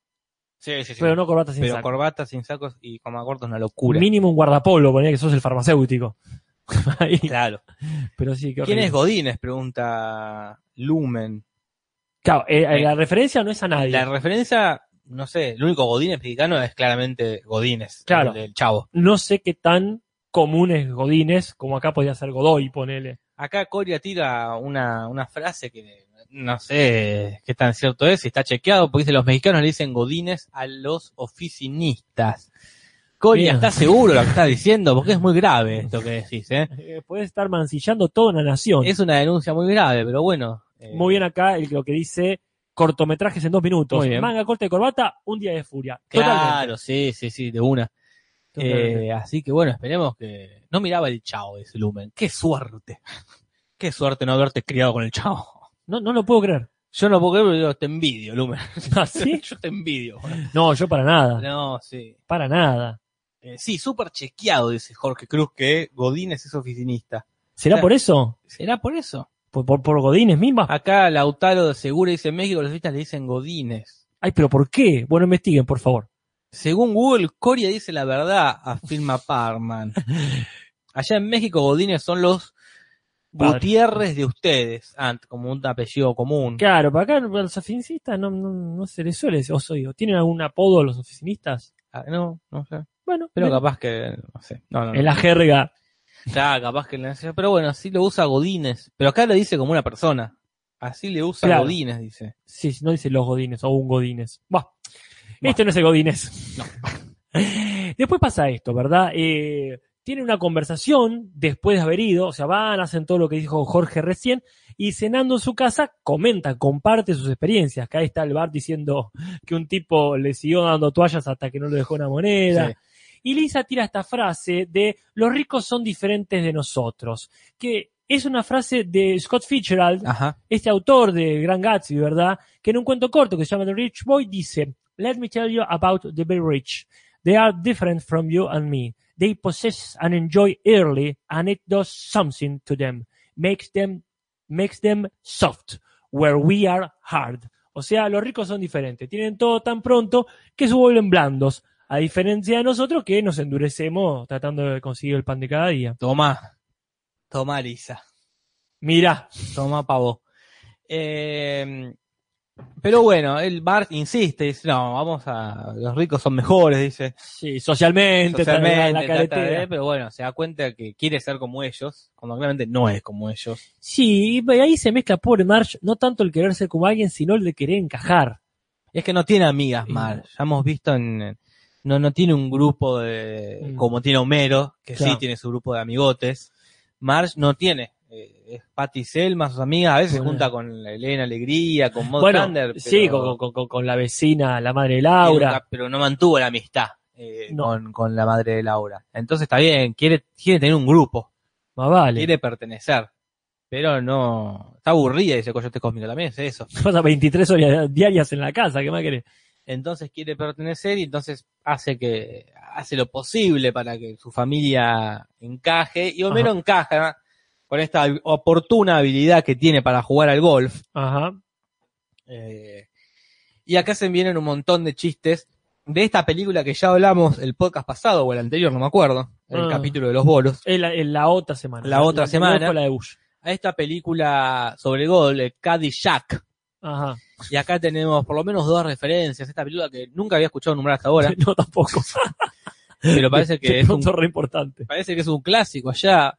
Sí, sí, sí. pero Pero, no corbata sin saco. corbata sin sacos y manga corta es una locura. Mínimo un guardapolvo, ponía que sos el farmacéutico. [laughs] Ahí, Claro. Pero sí, qué ¿Quién horrible. es Godínez? Pregunta Lumen. Claro, eh, eh, Eh, la referencia no es a nadie. La referencia, no sé, el único Godínez mexicano es claramente Godínez, Claro. el del chavo. No sé qué tan común es Godínez, como acá podía ser Godoy, ponele. Acá Coria tira una, una frase que no sé qué tan cierto es, si está chequeado, porque dice los mexicanos le dicen godines a los oficinistas. Coria, Bien. ¿estás seguro lo que estás diciendo? Porque es muy grave esto que decís, ¿eh? Eh, puede estar mancillando toda una nación. Es una denuncia muy grave, pero bueno. eh, Muy bien acá el- lo que dice cortometrajes en dos minutos. Muy bien. Manga corta y corbata, un día de furia. Claro, sí, sí, sí, de una. Totalmente. Eh, así que bueno, esperemos que... No miraba el chavo, dice Lumen. Qué suerte. [laughs] Qué suerte no haberte criado con el chavo. No, no lo puedo [laughs] creer. Yo no puedo creer, pero te envidio, Lumen. ¿Ah, sí? [laughs] Ah. Yo te envidio. No, yo para nada. No, sí. Para nada. Eh, sí, súper chequeado, dice Jorge Cruz, que Godínez es oficinista. ¿Será Claro. por eso? ¿Será por eso? ¿Por, por, por Godínez misma? Acá Lautaro de Segura dice, en México los oficinistas le dicen Godínez. Ay, pero ¿por qué? Bueno, investiguen, por favor. Según Google, Coria dice la verdad, afirma Parman. Allá en México Godínez son los Padre. Gutiérrez de ustedes, ah, como un apellido común. Claro, para acá a los oficinistas no, no, no se les suele decir, o soy- o ¿Tienen algún apodo los oficinistas? Ah, No, no sé. Bueno, Pero ven. capaz que, no sé. No, no, no. en la jerga. Claro, capaz que le Pero bueno, sí lo usa Godínez. Pero acá lo dice como una persona. Así le usa Claro. Godínez, dice. Sí, no dice los godines o un godines. Buah. Buah. Este no es el godines. [laughs] Después pasa esto, ¿verdad? Eh, tienen una conversación después de haber ido, o sea, van, hacen todo lo que dijo Jorge recién, y cenando en su casa, comentan, comparte sus experiencias. Acá está el bar diciendo que un tipo le siguió dando toallas hasta que no le dejó una moneda. Sí. Y Lisa tira esta frase de los ricos son diferentes de nosotros, que es una frase de Scott Fitzgerald, Ajá. este autor de Gran Gatsby, ¿verdad? Que en un cuento corto que se llama The Rich Boy dice, Let me tell you about the very rich. They are different from you and me. They possess and enjoy early and it does something to them. Makes them, makes them soft where we are hard. O sea, los ricos son diferentes. Tienen todo tan pronto que se vuelven blandos. A diferencia de nosotros que nos endurecemos tratando de conseguir el pan de cada día. Toma. Toma, Lisa. Mira, Toma, pavo. Eh, pero bueno, el Bart insiste, dice, no, vamos a... Los ricos son mejores, dice. sí, socialmente, tal, Socialmente, la trata de- caretera. pero bueno, se da cuenta que quiere ser como ellos, cuando claramente no es como ellos. Sí, y ahí se mezcla pobre Marge, no tanto el querer ser como alguien, sino el de querer encajar. Y es que no tiene amigas, Sí. Mar. Ya hemos visto en... No, no tiene un grupo de... Mm. Como tiene Homero, que sí Claro. tiene su grupo de amigotes. Marge no tiene. eh, es Patty Selma, sus amigas, a veces se Bueno. junta con Elena Alegría, con Maud bueno, Thunder, sí, con, pero- con- con- con la vecina, la madre de que Laura. nunca- pero no mantuvo la amistad eh, No. con, con la madre de Laura. Entonces está bien, quiere, quiere tener un grupo, Más vale. [laughs] quiere pertenecer, pero no... Está aburrida, dice Coyote Cósmico, también es eso. Pasa 23 horas diarias en la casa, ¿qué más querés? Entonces quiere pertenecer y entonces hace que hace lo posible para que su familia encaje y Homero encaja con esta oportuna habilidad que tiene para jugar al golf. Ajá. Eh, y acá se vienen un montón de chistes de esta película que ya hablamos el podcast pasado o el anterior, no me acuerdo, el Ah. capítulo de los bolos. En la, en la otra semana. La otra semana. fue La de Bush. A esta película sobre gol, el Cadillac. Ajá. Y acá [laughs] tenemos por lo menos dos referencias. Esta película que nunca había escuchado nombrar hasta ahora. No, tampoco. Pero parece [laughs] que es un, punto re importante. parece que es un clásico allá.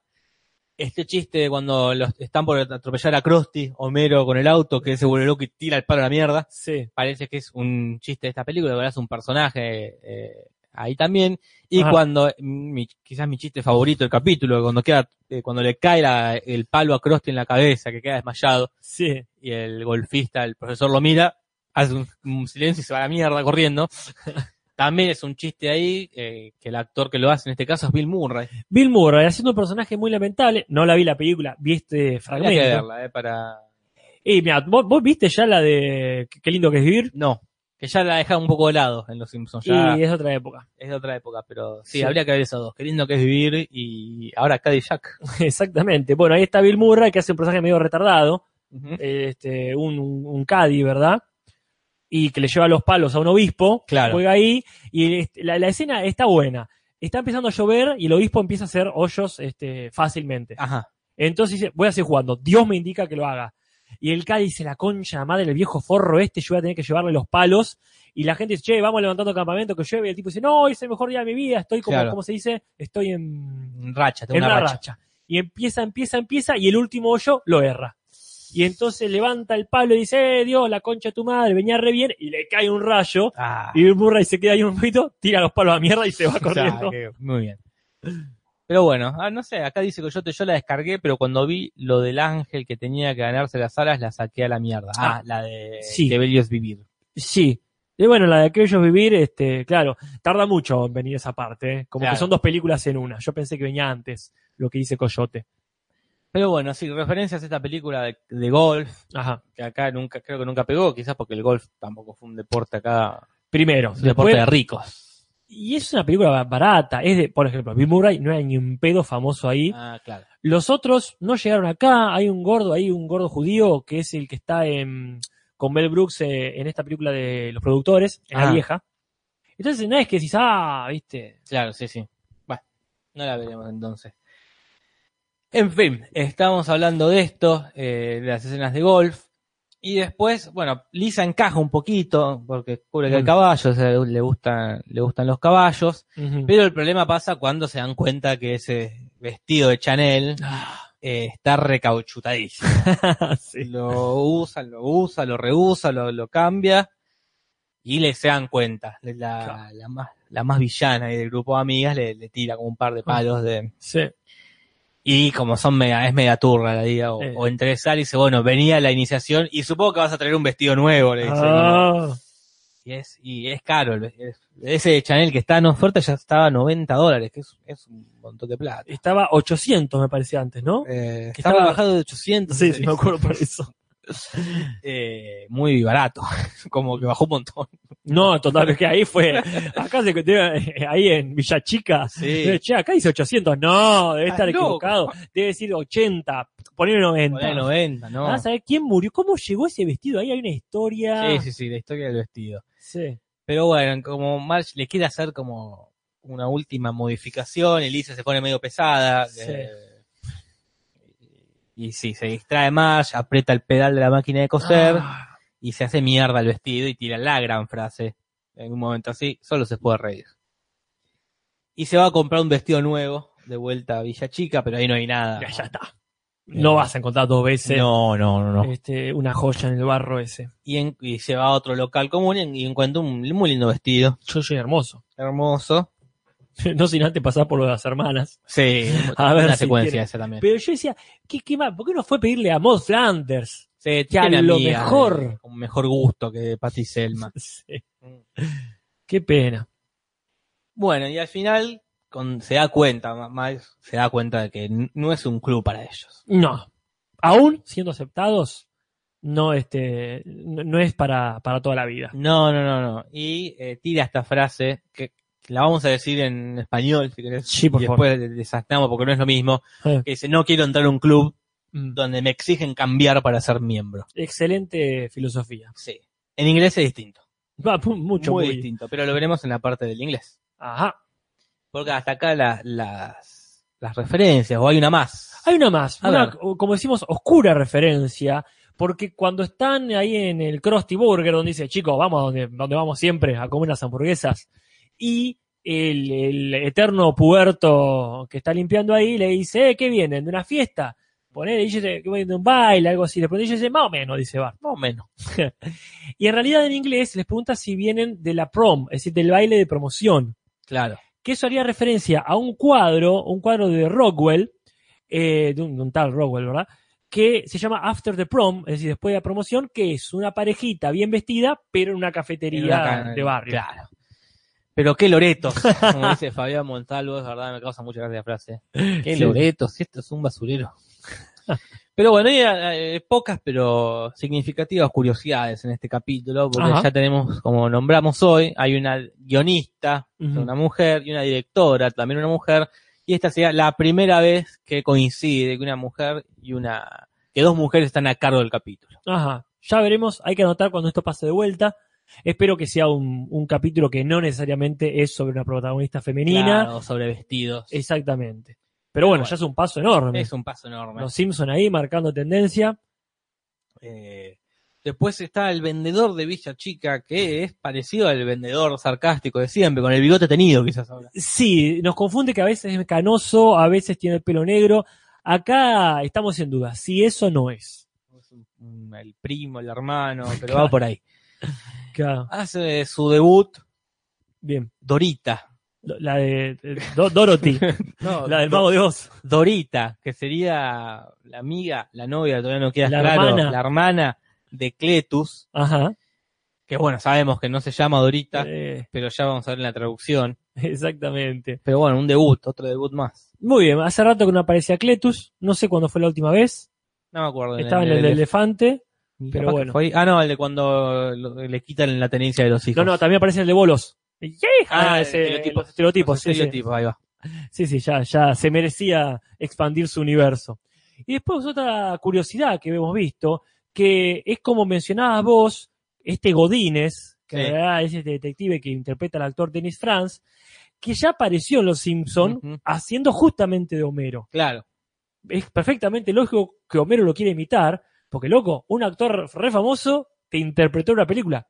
Este chiste de cuando los están por atropellar a Krusty, Homero con el auto, que se vuelve loco y tira el palo a la mierda. Sí. Parece que es un chiste de esta película, pero es un personaje eh, ahí también. Y Ajá. cuando, mi- quizás mi chiste favorito del capítulo, cuando queda, eh, cuando le cae la- el palo a Krusty en la cabeza, que queda desmayado, Sí. y el golfista, el profesor lo mira, hace un, un silencio y se va a la mierda corriendo. [laughs] También es un chiste ahí, eh, que el actor que lo hace en este caso es Bill Murray. Bill Murray haciendo un personaje muy lamentable. No la vi la película, vi este Habría que fragmento. verla, eh, para... Y mira, ¿vos, vos viste ya la de Qué lindo que es vivir. No, que ya la deja un poco de lado en Los Simpsons, ya Y es otra época. es de otra época, pero sí, Sí. habría que ver esos dos. Qué lindo que es vivir y ahora Cadillac. Exactamente. Bueno, ahí está Bill Murray, que hace un personaje medio retardado. eh, Este, un, un, un caddy, ¿verdad? Y que le lleva los palos a un obispo. Claro. Juega ahí. Y este, la, la escena está buena. Está empezando a llover y el obispo empieza a hacer hoyos este, fácilmente. Ajá. Entonces dice, voy a seguir jugando, Dios me indica que lo haga. Y el Cádiz dice, la concha, la madre, el viejo forro este, yo voy a tener que llevarle los palos. Y la gente dice, che, vamos levantando campamento que llueve. Y el tipo dice, no, es el mejor día de mi vida, estoy como, Claro. ¿cómo se dice? Estoy en, Racha, tengo en una una racha. racha. Y empieza, empieza, empieza, y el último hoyo lo erra. Y entonces levanta el palo y dice, eh, Dios, la concha de tu madre, venía re bien, y le cae un rayo. Ah, Y Bill Murray se queda ahí un poquito, tira los palos a mierda y se va [laughs] o sea, corriendo. que- muy bien. Pero bueno, ah, no sé, acá dice que yo, te, yo la descargué, pero cuando vi lo del ángel que tenía que ganarse las alas, la saqué a la mierda. Ah, Ah, la de sí. Que bello es vivir. Sí. Y bueno, la de aquellos vivir, este, claro, tarda mucho en venir esa parte, ¿eh? como Claro. que son dos películas en una. Yo pensé que venía antes lo que dice Coyote. Pero bueno, sí, referencias a esta película de, de golf, Ajá. que acá nunca, creo que nunca pegó, quizás porque el golf tampoco fue un deporte acá, Primero, un después, deporte de ricos. y es una película ba- barata, es de, por ejemplo, Bill Murray no hay ni un pedo famoso ahí. Ah, claro. Los otros no llegaron acá, hay un gordo ahí, un gordo judío que es el que está en, con Mel Brooks eh, en esta película de los productores, en Ah. la vieja. Entonces, no es que decís, ah, viste, Claro, sí, sí. Bueno, no la veremos entonces. En fin, estamos hablando de esto, eh, de las escenas de golf. Y después, bueno, Lisa encaja un poquito, porque descubre que hay Mm. caballos, eh, le gustan, le gustan los caballos. ujú. Pero el problema pasa cuando se dan cuenta que ese vestido de Chanel Ah. eh, está recauchutadísimo. [laughs] Sí. Lo usa, lo usa, lo reusa, lo, lo cambia. Y le se dan cuenta. La, Claro. la más, la más villana ahí del grupo de amigas le, le tira como un par de Ah. palos de. Sí. Y como son mega, es mega turra la día. O, Eh. o entre sal y dice, bueno, venía la iniciación y supongo que vas a traer un vestido nuevo, le dice. ¿no? Ah. Y, es, y es caro. el ve- es- ese de Chanel que está en oferta ya estaba a 90 dólares, que es, es un montón de plata. Estaba 800, me parecía antes, ¿no? Eh, que estaba estaba- bajado de 800. Sí, sí, me acuerdo por eso. Eh, muy barato. [laughs] como que bajó un montón. [laughs] No, total, es que ahí fue. Acá se eh, ahí en Villa Chica. Sí. Che, acá dice 800. No, debe estar Estás loco. equivocado. Debe decir 80. Poner 90. Ponele 90, ¿no? Ah, ¿sabés quién murió? ¿Cómo llegó ese vestido? Ahí hay una historia. Sí, sí, sí, la historia del vestido. Sí. Pero bueno, como Marge le quiere hacer como una última modificación, Elisa se pone medio pesada. Sí. eh, y sí, se distrae Marge, aprieta el pedal de la máquina de coser Ah, y se hace mierda el vestido y tira la gran frase. En un momento así, solo se puede reír. Y se va a comprar un vestido nuevo de vuelta a Villa Chica, pero ahí no hay nada. ya, ya está. No vas a encontrar dos veces Eh, No, no, no, no. este, una joya en el barro ese. Y, en- y se va a otro local común y, y encuentra un muy lindo vestido, Yo soy hermoso. [laughs] hermoso. No sin antes pasar por lo de las hermanas. Sí, A ver una si secuencia quiere. esa también. Pero yo decía, ¿qué, qué mal? ¿Por qué no fue pedirle a Maud Flanders? [laughs] Sí, que a tiene lo amigas, mejor. eh, con mejor gusto que Patty Selma. Sí. Qué pena. Bueno, y al final con- se da cuenta, Ma- Miles se da cuenta de que n- no es un club para ellos. No. Aún siendo aceptados, no, este, no, no es para, para toda la vida. No, no, no, no. Y eh, tira esta frase que la vamos a decir en español, si querés. Sí, por y después le- le desastamos porque no es lo mismo. Eh. Que dice, no quiero entrar a un club Mm. donde me exigen cambiar para ser miembro. Excelente filosofía. Sí. En inglés es distinto. Va, pu- mucho, muy, muy. distinto. Pero lo veremos en la parte del inglés. Ajá. Porque hasta acá la- las, las referencias, o hay una más. Hay una más, A una, ver. o- como decimos, oscura referencia, porque cuando están ahí en el Krusty Burger, donde dice, chicos, vamos a donde, donde vamos siempre, a comer unas hamburguesas, y el, el eterno puerto que está limpiando ahí le dice, eh, ¿qué vienen? ¿De una fiesta? Poner, y dice, que vienen de un baile, algo así. Le pregunta y ella dice, más o menos, dice Bart. Más o menos. Y en realidad en inglés les pregunta si vienen de la prom, es decir, del baile de promoción. Claro. Que eso haría referencia a un cuadro, un cuadro de Rockwell, eh, de, un, de un tal Rockwell, ¿verdad? Que se llama After the Prom, es decir, después de la promoción, que es una parejita bien vestida, pero en una cafetería En una ca- de barrio. Claro. Pero [laughs] qué loretos, como dice Fabián Montalvo, es verdad, me causa mucha gracia la frase. Qué Sí. loretos, esto es un basurero. [laughs] Pero bueno, hay eh, pocas pero significativas curiosidades en este capítulo, porque Ajá. ya tenemos, como nombramos hoy, hay una guionista, Ujú. una mujer, y una directora, también una mujer, y esta sería la primera vez que coincide que una mujer y una, que dos mujeres están a cargo del capítulo. Ajá. Ya veremos, hay que anotar cuando esto pase de vuelta. Espero que sea un, un capítulo que no necesariamente es sobre una protagonista femenina. Claro, sobre vestidos. Es, Exactamente. Pero bueno, Bueno. ya es un paso enorme. un paso enorme. Los Simpson ahí marcando tendencia. Eh, después está el vendedor de Villa Chica, que es parecido al vendedor sarcástico de siempre, con el bigote tenido quizás ahora. Sí, nos confunde que a veces es canoso, a veces tiene el pelo negro. Acá estamos en duda si eso no es. Es un- un- El primo, el [laughs] hermano, pero Claro. va por ahí. Claro, Hace su debut bien. Dorita. Do- La de eh, Do- [laughs] Dorothy, No, [laughs] la del Do- mago de Oz. Dorita, que sería la amiga, la novia, todavía no queda La claro, hermana. la hermana de Cletus, Ajá. que bueno, sabemos que no se llama Dorita, Eh, pero ya vamos a ver en la traducción. exactamente. Pero bueno, un debut, otro debut más. Muy bien, hace rato que no aparecía Cletus. No sé cuándo fue la última vez. No me acuerdo. en Estaba en el, del elefante. Y Pero capaz que bueno. fue ahí. Ah, no, el de cuando lo- le quitan la tenencia de los hijos. No, no, también aparece el de bolos. ¡Yeeja! Ah, Ese, estereotipos. los estereotipos. Los sí, sí. estereotipos, ahí va. Sí, sí, ya, ya se merecía expandir su universo. Y después otra curiosidad que hemos visto, que es como mencionabas vos, este Godínez, que Sí. en realidad es este detective que interpreta al actor Dennis Franz, que ya apareció en Los Simpson Ujú. haciendo justamente de Homero. Claro, Es perfectamente lógico que Homero lo quiere imitar, porque loco, un actor re famoso te interpretó en una película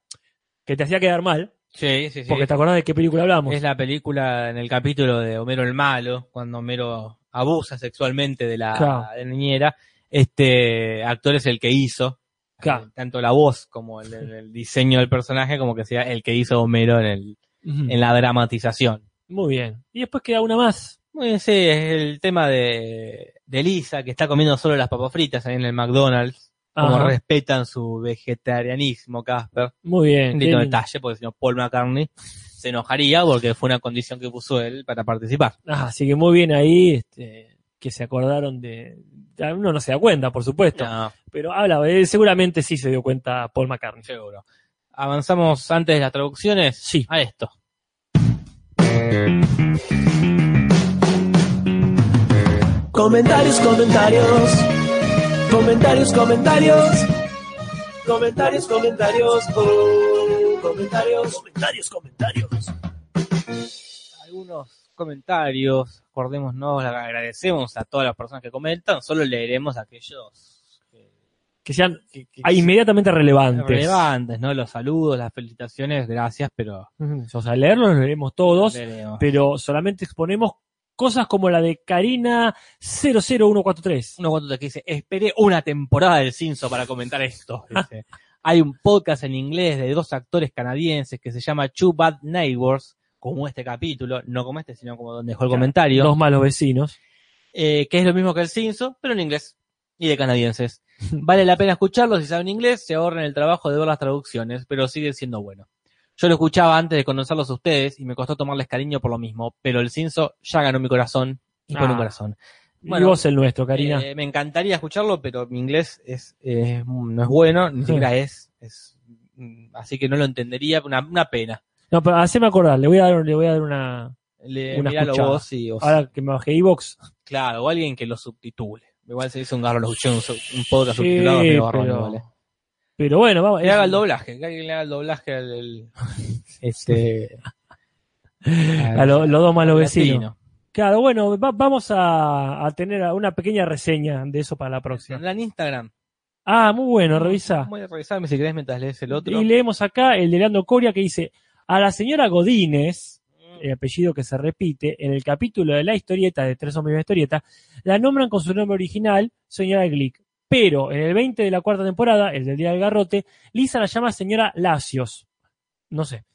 que te hacía quedar mal, sí, sí, sí. porque te acordás de qué película hablamos. Es la película en el capítulo de Homero el Malo, cuando Homero abusa sexualmente de la, Claro. de la niñera. Este actor es el que hizo, Claro. eh, tanto la voz como el, el- el diseño del personaje, como que sea el que hizo Homero en, el, Ujú. en la dramatización. Muy bien. Y después queda una más. Bueno, sí, es el tema de, de Lisa, que está comiendo solo las papas fritas ahí en el McDonald's. como Ajá. respetan su vegetarianismo, Casper. Muy bien. Un qué lindo lindo. detalle, porque si no, Paul McCartney se enojaría porque fue una condición que puso él para participar. Ah, así que muy bien ahí, este, que se acordaron de. Uno no se da cuenta, por supuesto. No, Pero habla, eh, seguramente sí se dio cuenta Paul McCartney. seguro. Avanzamos antes de las traducciones Sí. a esto. Comentarios, comentarios. Comentarios, comentarios. Comentarios, comentarios. Oh, comentarios, comentarios, comentarios. Algunos comentarios, acordémonos, agradecemos a todas las personas que comentan, solo leeremos aquellos que, Que sean que- que ah, inmediatamente relevantes. relevantes, ¿no? Los saludos, las felicitaciones, gracias, pero Ujú. O sea, leerlos los leeremos todos, leeremos. pero solamente exponemos cosas como la de Karina 00143. uno cuando te dice, esperé una temporada del Cinso para comentar [laughs] esto. dice. Hay un podcast en inglés de dos actores canadienses que se llama Two Bad Neighbors, como este capítulo, no como este, sino como donde dejó el Claro. comentario, Los malos vecinos. eh, que es lo mismo que el Cinso, pero en inglés y [laughs] de canadienses. Vale la pena escucharlo si saben inglés, se ahorran el trabajo de ver las traducciones, pero sigue siendo bueno. Yo lo escuchaba antes de conocerlos a ustedes y me costó tomarles cariño por lo mismo, pero el Cinso ya ganó mi corazón y con Ah. un corazón. y Bueno, vos el nuestro, Karina. eh, me encantaría escucharlo, pero mi inglés es, eh, no es bueno, ni [laughs] siquiera es, es, mm, Así que no lo entendería, una, una pena. no, pero haceme acordar, le voy a dar, le voy a dar una. Le, Una miralo escuchada. vos y, o sea, Ahora que me bajé Evox. claro, o alguien que lo subtitule. Igual se dice un garro, lo escuché en un, su- un podcast Sí, subtitulado, pero, garrón, pero- igual, eh. Pero bueno, vamos. Que es- haga el doblaje, que alguien le haga el doblaje al, al- [laughs] este, al- a lo- los dos malos vecinos. latino. Claro, bueno, va- vamos a, a tener a- una pequeña reseña de eso para la próxima. Tendrá en Instagram. Ah, muy bueno, revisa. Voy a revisarme si querés mientras lees el otro. Y leemos acá el de Leandro Coria que dice, a la señora Godínez, el apellido que se repite, en el capítulo de la historieta de Tres Hombres y una Historieta, la nombran con su nombre original, señora Glick. Pero en el 20 de la cuarta temporada, el del Día del Garrote, Lisa la llama señora Lacios. No sé.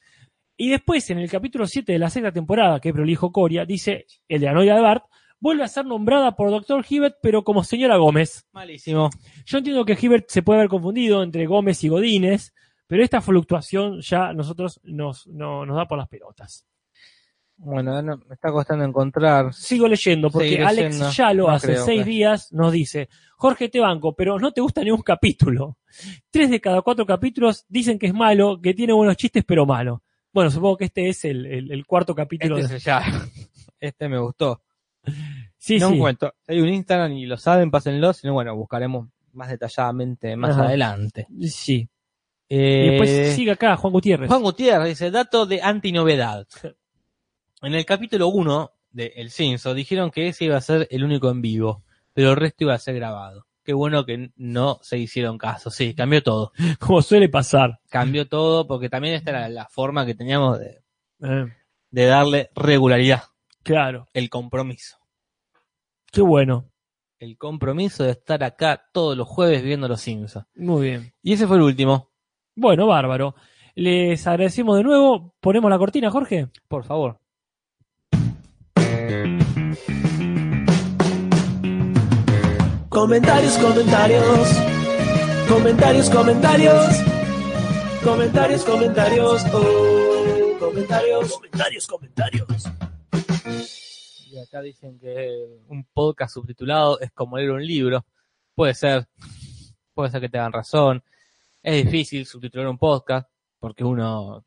Y después, en el capítulo 7 de la sexta temporada, que prolijo Coria, dice el de la novia de Bart, vuelve a ser nombrada por Dr. Hibbert, pero como señora Gómez. Malísimo. Yo entiendo que Hibbert se puede haber confundido entre Gómez y Godínez, pero esta fluctuación ya nosotros nos, no- nos da por las pelotas. Bueno, no- me está costando encontrar. Sigo leyendo, porque Seguiré Alex siendo. Yalo No hace creo, seis claro. días nos dice, Jorge te banco, pero no te gusta ni un capítulo. Tres de cada cuatro capítulos dicen que es malo, que tiene buenos chistes, pero malo. Bueno, supongo que este es el, el- el cuarto capítulo. Este de... se llama. [laughs] Este me gustó. Sí, no sí. encuentro. Hay un Instagram y lo saben, pásenlo. Si no, bueno, buscaremos más detalladamente más Ajá. adelante. Sí. Eh, Y después sigue acá Juan Gutiérrez. Juan Gutiérrez dice, dato de antinovedad. En el capítulo 1 de El Cinzo dijeron que ese iba a ser el único en vivo, pero el resto iba a ser grabado. Qué bueno que no se hicieron caso. Sí, cambió todo. Como suele pasar. Cambió todo porque también esta era la forma que teníamos de, Eh, de darle regularidad. claro. El compromiso. Qué bueno. El compromiso de estar acá todos los jueves viendo Los Simpsons. Muy bien. Y ese fue el último. Bueno, bárbaro. Les agradecemos de nuevo. Ponemos la cortina, Jorge. Por favor. Comentarios, comentarios. Comentarios, comentarios. Comentarios, comentarios. Oh, comentarios, comentarios, comentarios. Y acá dicen que un podcast subtitulado es como leer un libro. Puede ser. Puede ser que tengan razón. Es difícil subtitular un podcast porque uno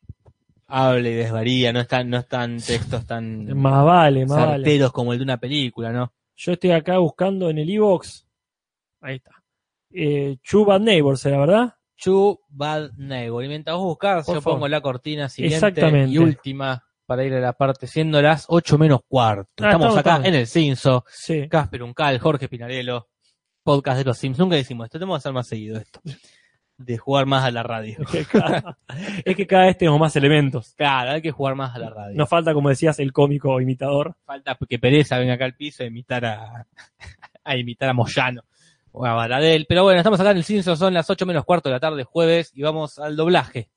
habla y desvaría. No están, no están textos tan Más vale, más vale. certeros como el de una película, ¿no? Yo estoy acá buscando en el iBox. Ahí está. Eh, Chu Bad Neighbors, ¿era verdad? Chu Bad Neighbor. Y mientras vos buscás, Por yo favor. pongo la cortina siguiente Exactamente. y última para ir a la parte, siendo las 8 menos cuarto. Ah, estamos, estamos, acá estamos. en el Cinso. Sí. [laughs] Casper Uncal, Jorge Pinarello, podcast de los Sims. Nunca decimos esto, tenemos que hacer más seguido esto. De jugar más a la radio. Es que cada, es que cada vez tenemos más elementos. Claro, hay que jugar más a la radio. Nos falta, como decías, el cómico imitador. Falta que Pereza venga acá al piso a imitar a, [laughs] a imitar a Moyano o a Baradel. Pero bueno, estamos acá en el Cinso, son las 8 menos cuarto de la tarde, jueves, y vamos al doblaje.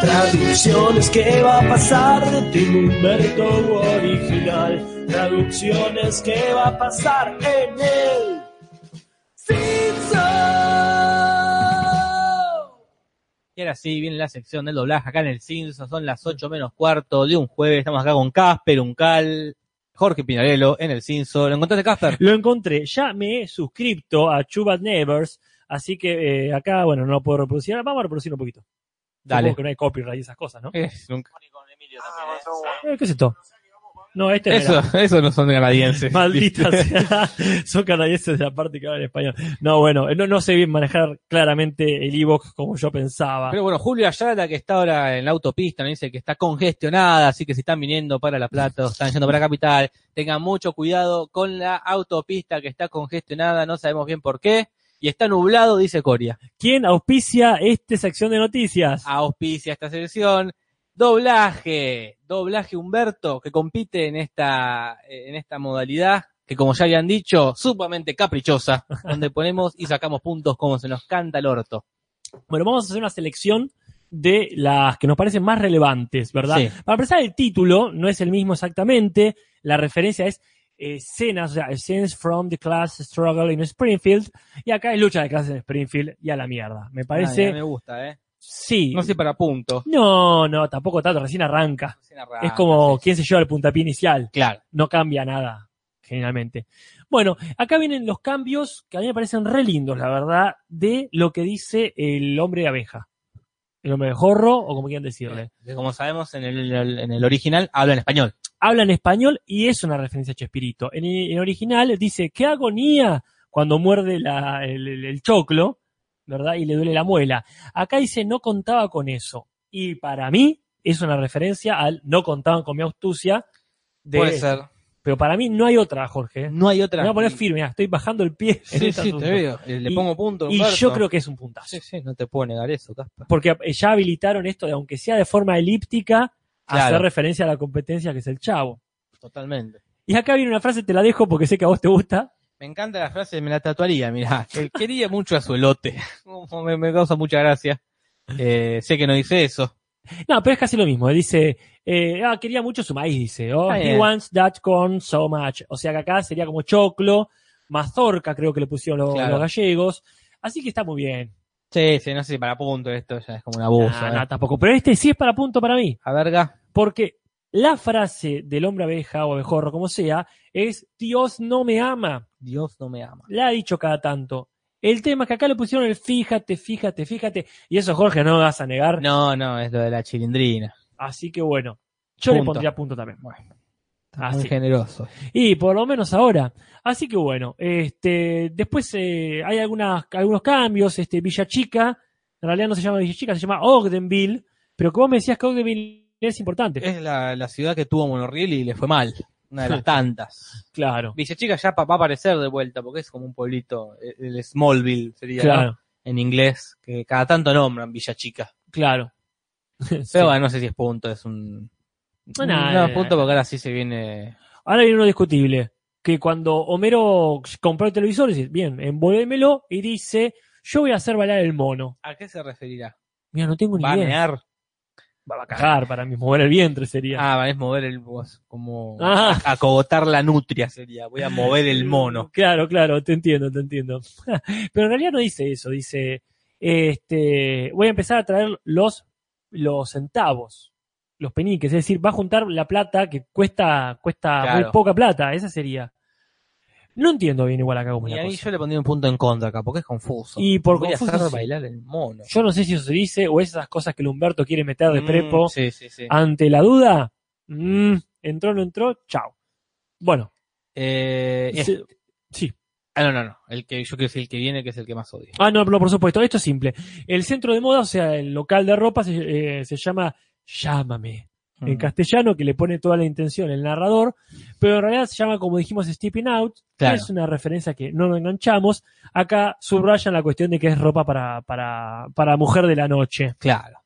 Traducciones que va a pasar de Tim Humberto original. Traducciones que va a pasar en el Simpson. Y ahora sí, viene la sección del doblaje acá en el Cinso, son las 8 menos cuarto de un jueves, estamos acá con Casper, Uncal, Jorge Pinarello en el Cinso. ¿Lo encontraste, Casper? Lo encontré. Ya me he suscripto a Chu Bad Neighbors. Así que eh, acá, bueno, no lo puedo reproducir. Vamos a reproducir un poquito. Dale. Supongo que no hay copyright y esas cosas, ¿no? Es un- Eh, ¿Qué es esto? No, este no Eso, era. eso no son [laughs] canadienses. Maldita sea. Son canadienses de la parte que habla español. No, bueno, no, no sé bien manejar claramente el e-box como yo pensaba. Pero bueno, Julio Ayala, que está ahora en la autopista, nos dice que está congestionada, así que si están viniendo para La Plata o están yendo para Capital, tengan mucho cuidado con la autopista que está congestionada, no sabemos bien por qué. Y está nublado, dice Coria. ¿Quién auspicia esta sección de Ah. noticias? Auspicia esta selección. Doblaje, doblaje Humberto, que compite en esta, en esta modalidad, que como ya habían dicho, sumamente caprichosa, donde ponemos y sacamos puntos como se nos canta el orto. Bueno, vamos a hacer una selección de las que nos parecen más relevantes, ¿verdad? Sí. Para empezar, el título no es el mismo exactamente. La referencia es eh, escenas, o sea, Scenes from the Class Struggle in Springfield. Y acá es lucha de clases en Springfield y a la mierda. Me parece. Ay, me gusta, ¿eh? Sí. No sé para punto. No, no, tampoco tanto, recién arranca. Ah, Es como quién se lleva el puntapié inicial. Claro. No cambia nada, generalmente. Bueno, acá vienen los cambios que a mí me parecen re lindos, la verdad, de lo que dice el hombre de abeja. El hombre de jorro, o como quieran decirle. Que Como sabemos, en el, en el original habla en español. Habla en español y es una referencia a Chespirito. En el original dice, qué agonía cuando muerde la- el, el- el choclo, ¿verdad? Y le duele la muela. Acá dice, no contaba con eso. Y para mí, es una referencia al no contaban con mi astucia. de- Puede ser. Pero para mí no hay otra, Jorge. No hay otra. Me voy a poner firme, ah, estoy bajando el pie. en Sí, este sí, asunto. te veo. Eh, Le Y- pongo punto. Y Humberto. yo creo que es un puntazo. Sí, sí, no te puedo negar eso, Caspa. Porque eh, ya habilitaron esto de, aunque sea de forma elíptica, Claro. hacer referencia a la competencia que es el chavo. Totalmente. Y acá viene una frase, te la dejo porque sé que a vos te gusta. Me encanta la frase, me la tatuaría, mirá. Él quería mucho a su elote. [laughs] Como me, me causa mucha gracia. Eh, sé que no dice eso. No, pero es casi lo mismo. Él dice, eh, ah, quería mucho su maíz, dice. Oh, Ah, he bien. wants that corn so much. O sea que acá sería como choclo, mazorca creo que le pusieron los, Claro. los gallegos. Así que está muy bien. Sí, sí, no sé si para punto esto ya es como una abuso. Ah, eh. no, tampoco. Pero este sí es para punto para mí. A verga. Porque la frase del hombre abeja o abejorro, como sea, es Dios no me ama. Dios no me ama. La ha dicho cada tanto. El tema es que acá le pusieron el fíjate, fíjate, fíjate. Y eso, Jorge, no me vas a negar. No, no, es lo de la chilindrina. Así que bueno, yo le Punto. pondría punto también. Muy Así. generoso. Y por lo menos ahora. Así que bueno, este, después eh, hay algunas, algunos cambios. Este, Villa Chica, en realidad no se llama Villa Chica, se llama Ogdenville. Pero que vos me decías que Ogdenville es importante. Es la, la ciudad que tuvo Monorriel y le fue mal. Una de [laughs] las tantas. claro, Villa Chica ya pa- va a aparecer de vuelta porque es como un pueblito. eh, El Smallville sería ¿no? claro, en inglés, que cada tanto nombran Villa Chica. claro. [laughs] Pero Sí. bueno, no sé si es punto, es un. No, Bueno, eh, punto porque ahora sí se viene. Ahora viene uno discutible. Que cuando Homero compró el televisor, dice, bien, envolvémelo y dice, yo voy a hacer bailar el mono. ¿A qué se referirá? Mira, no tengo ni idea. ¿Banear? Va a cagar para mí, mover el vientre sería. Ah, es mover el. vos, Como. Ah. Acogotar la nutria sería. Voy a mover el mono. Claro, claro, te entiendo, te entiendo. [laughs] Pero en realidad no dice eso, dice, este, voy a empezar a traer los, los centavos, los peniques, es decir, va a juntar la plata que cuesta, cuesta Claro. muy poca plata, esa sería. No entiendo bien igual acá cómo es Y la ahí cosa. yo le pondría un punto en contra acá, porque es confuso. Y por Voy confuso, a hacer sí. bailar el mono. Yo no sé si eso se dice o esas cosas que el Humberto quiere meter de Mm, prepo. Ah, Sí, sí, sí. Ante la duda, mm, entró, no entró, chao. Bueno, Eh, es- se- sí. Ah, no, no, no. El que yo quiero decir el que viene, que es el que más odio. Ah, no, no, por supuesto, esto es simple. El centro de moda, o sea, el local de ropa se, eh, se llama Llámame. En Mm. castellano, que le pone toda la intención el narrador, pero en realidad se llama, como dijimos, Stepping Out, que Claro. es una referencia que no nos enganchamos. Acá subrayan la cuestión de que es ropa para, para, para mujer de la noche. Claro.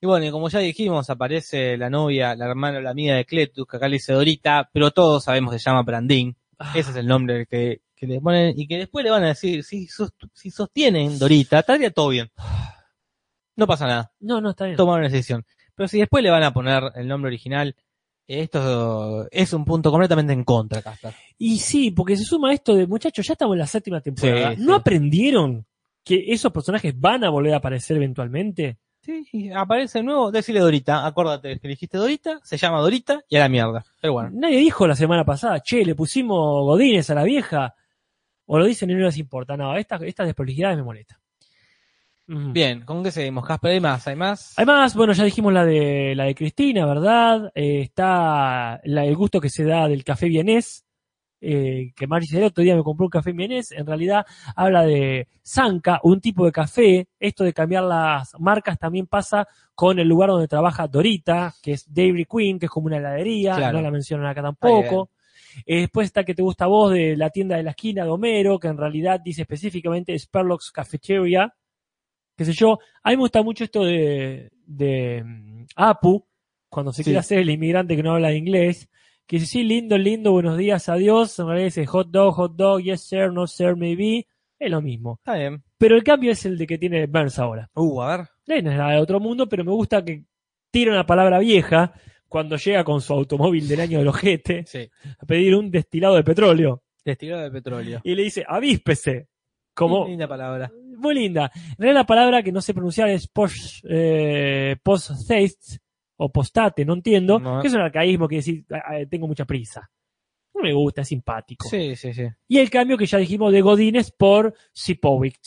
Y bueno, y como ya dijimos, aparece la novia, la hermana o la amiga de Cletus, que acá le dice Dorita, pero todos sabemos que se llama Brandín. Ah. Ese es el nombre que, que le ponen y que después le van a decir, si, sos- si sostienen Dorita, estaría todo bien. No pasa nada, No, no, está bien. tomaron una decisión. Pero si después le van a poner el nombre original, esto es un punto completamente en contra, Casper. Y sí, porque se suma esto de muchachos, ya estamos en la séptima temporada. Sí, ¿No sí. aprendieron que esos personajes van a volver a aparecer eventualmente? Sí, y aparece de nuevo, decirle Dorita, acuérdate que le dijiste Dorita, se llama Dorita y a la mierda. Pero bueno, Nadie dijo la semana pasada, che, le pusimos Godines a la vieja. O lo dicen y no les importa. No, estas, estas desprolijidades me molestan. Ujú. bien, ¿con qué seguimos, Casper? ¿Hay más? ¿Hay más? Además, bueno, ya dijimos la de la de Cristina, ¿verdad? Eh, está la- el gusto que se da del café vienés, eh, que Maris el otro día me compró un café vienés. En realidad habla de Zanca, un tipo de café. Esto de cambiar las marcas también pasa con el lugar donde trabaja Dorita, que es Dairy Queen, que es como una heladería, Claro. no la mencionan acá tampoco. Eh, después está que te gusta a vos de la tienda de la esquina de Homero, que en realidad dice específicamente Sperlock's Cafeteria, qué sé yo. A mí me gusta mucho esto de, de mm, Apu, cuando se Sí. quiere hacer el inmigrante que no habla inglés, que dice, sí, lindo, lindo, buenos días, adiós. En realidad dice hot dog, hot dog, yes sir, no sir, maybe. Es lo mismo. Está bien. Pero el cambio es el de que tiene Burns ahora. Uh, a ver. Eh, No es nada de otro mundo, pero me gusta que tira una palabra vieja cuando llega con su automóvil del año del ojete Sí. a pedir un destilado de petróleo. Destilado de petróleo. Y le dice, avíspese. Como, Linda palabra. muy linda. En realidad la palabra que no sé pronunciar es post, eh, post-haste o postate, no entiendo, No. que es un arcaísmo que decir "Ah, eh, tengo mucha prisa. No me gusta, es simpático. Sí, sí, sí. Y el cambio que ya dijimos de Godínez por Sipovic.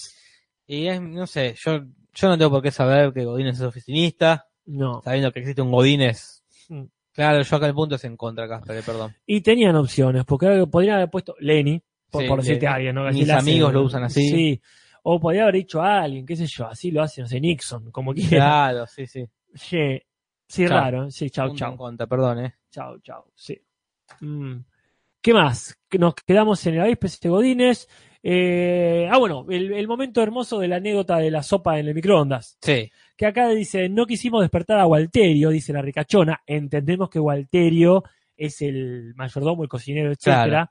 Y es, no sé, yo, yo no tengo por qué saber que Godínez es oficinista, No. sabiendo que existe un Godínez. Mm. Claro, yo acá el punto es en contra, Casper, eh, perdón. Y tenían opciones, porque ahora podrían haber puesto Lenny, por, Sí, por decirte Lenny. a alguien, ¿no? Mis la hacen- amigos lo usan así. Sí. O podría haber dicho a alguien, qué sé yo, así lo hace, no sé, Nixon, como quiera. Claro, sí, sí. Che, Sí, Chau. raro. Sí, chau, Un chau. Conta, perdón, ¿eh? Chau, chau. Sí. Mm. ¿Qué más? Que Nos quedamos en el avispes de Godines. Eh, ah, bueno, el, el momento hermoso de la anécdota de la sopa en el microondas. Sí. Que acá dice, no quisimos despertar a Walterio, dice la ricachona. Entendemos que Walterio es el mayordomo, el cocinero, etcétera. Claro.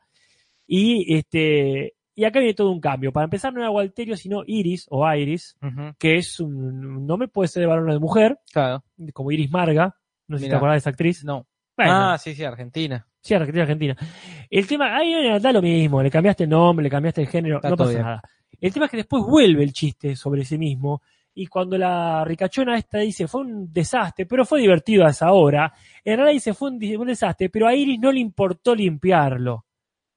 Y este, y acá viene todo un cambio. Para empezar, no era Walterio, sino Iris o Iris, Ujú, que es un un nombre, puede ser de varón o de mujer, Claro. como Iris Marga. No sé si te Mirá. acordás de esa actriz. No. Bueno, Ah, sí, sí, Argentina. Sí, Argentina, Argentina. El tema, ahí eh, da lo mismo, le cambiaste el nombre, le cambiaste el género, Está no todo pasa bien. nada. El tema es que después vuelve el chiste sobre sí mismo, y cuando la ricachona esta dice, fue un desastre, pero fue divertido a esa hora, en realidad dice, fue un, di- un desastre, pero a Iris no le importó limpiarlo.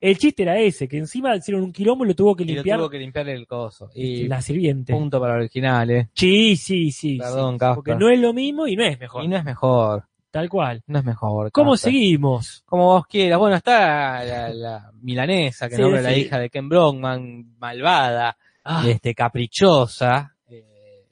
El chiste era ese, que encima hicieron un quilombo y lo tuvo que Y lo limpiar tuvo que limpiar el coso. Y la sirviente. punto para el original, ¿eh? Sí, sí, sí. sí. Perdón, Porque Casper. no es lo mismo y no es mejor, Y no es mejor. tal cual. No es mejor. ¿Cómo Casper. seguimos? Como vos quieras. Bueno, está la, la milanesa, que Sí, nombra la sí. hija de Ken Brockman, malvada. Ah, este, caprichosa, eh,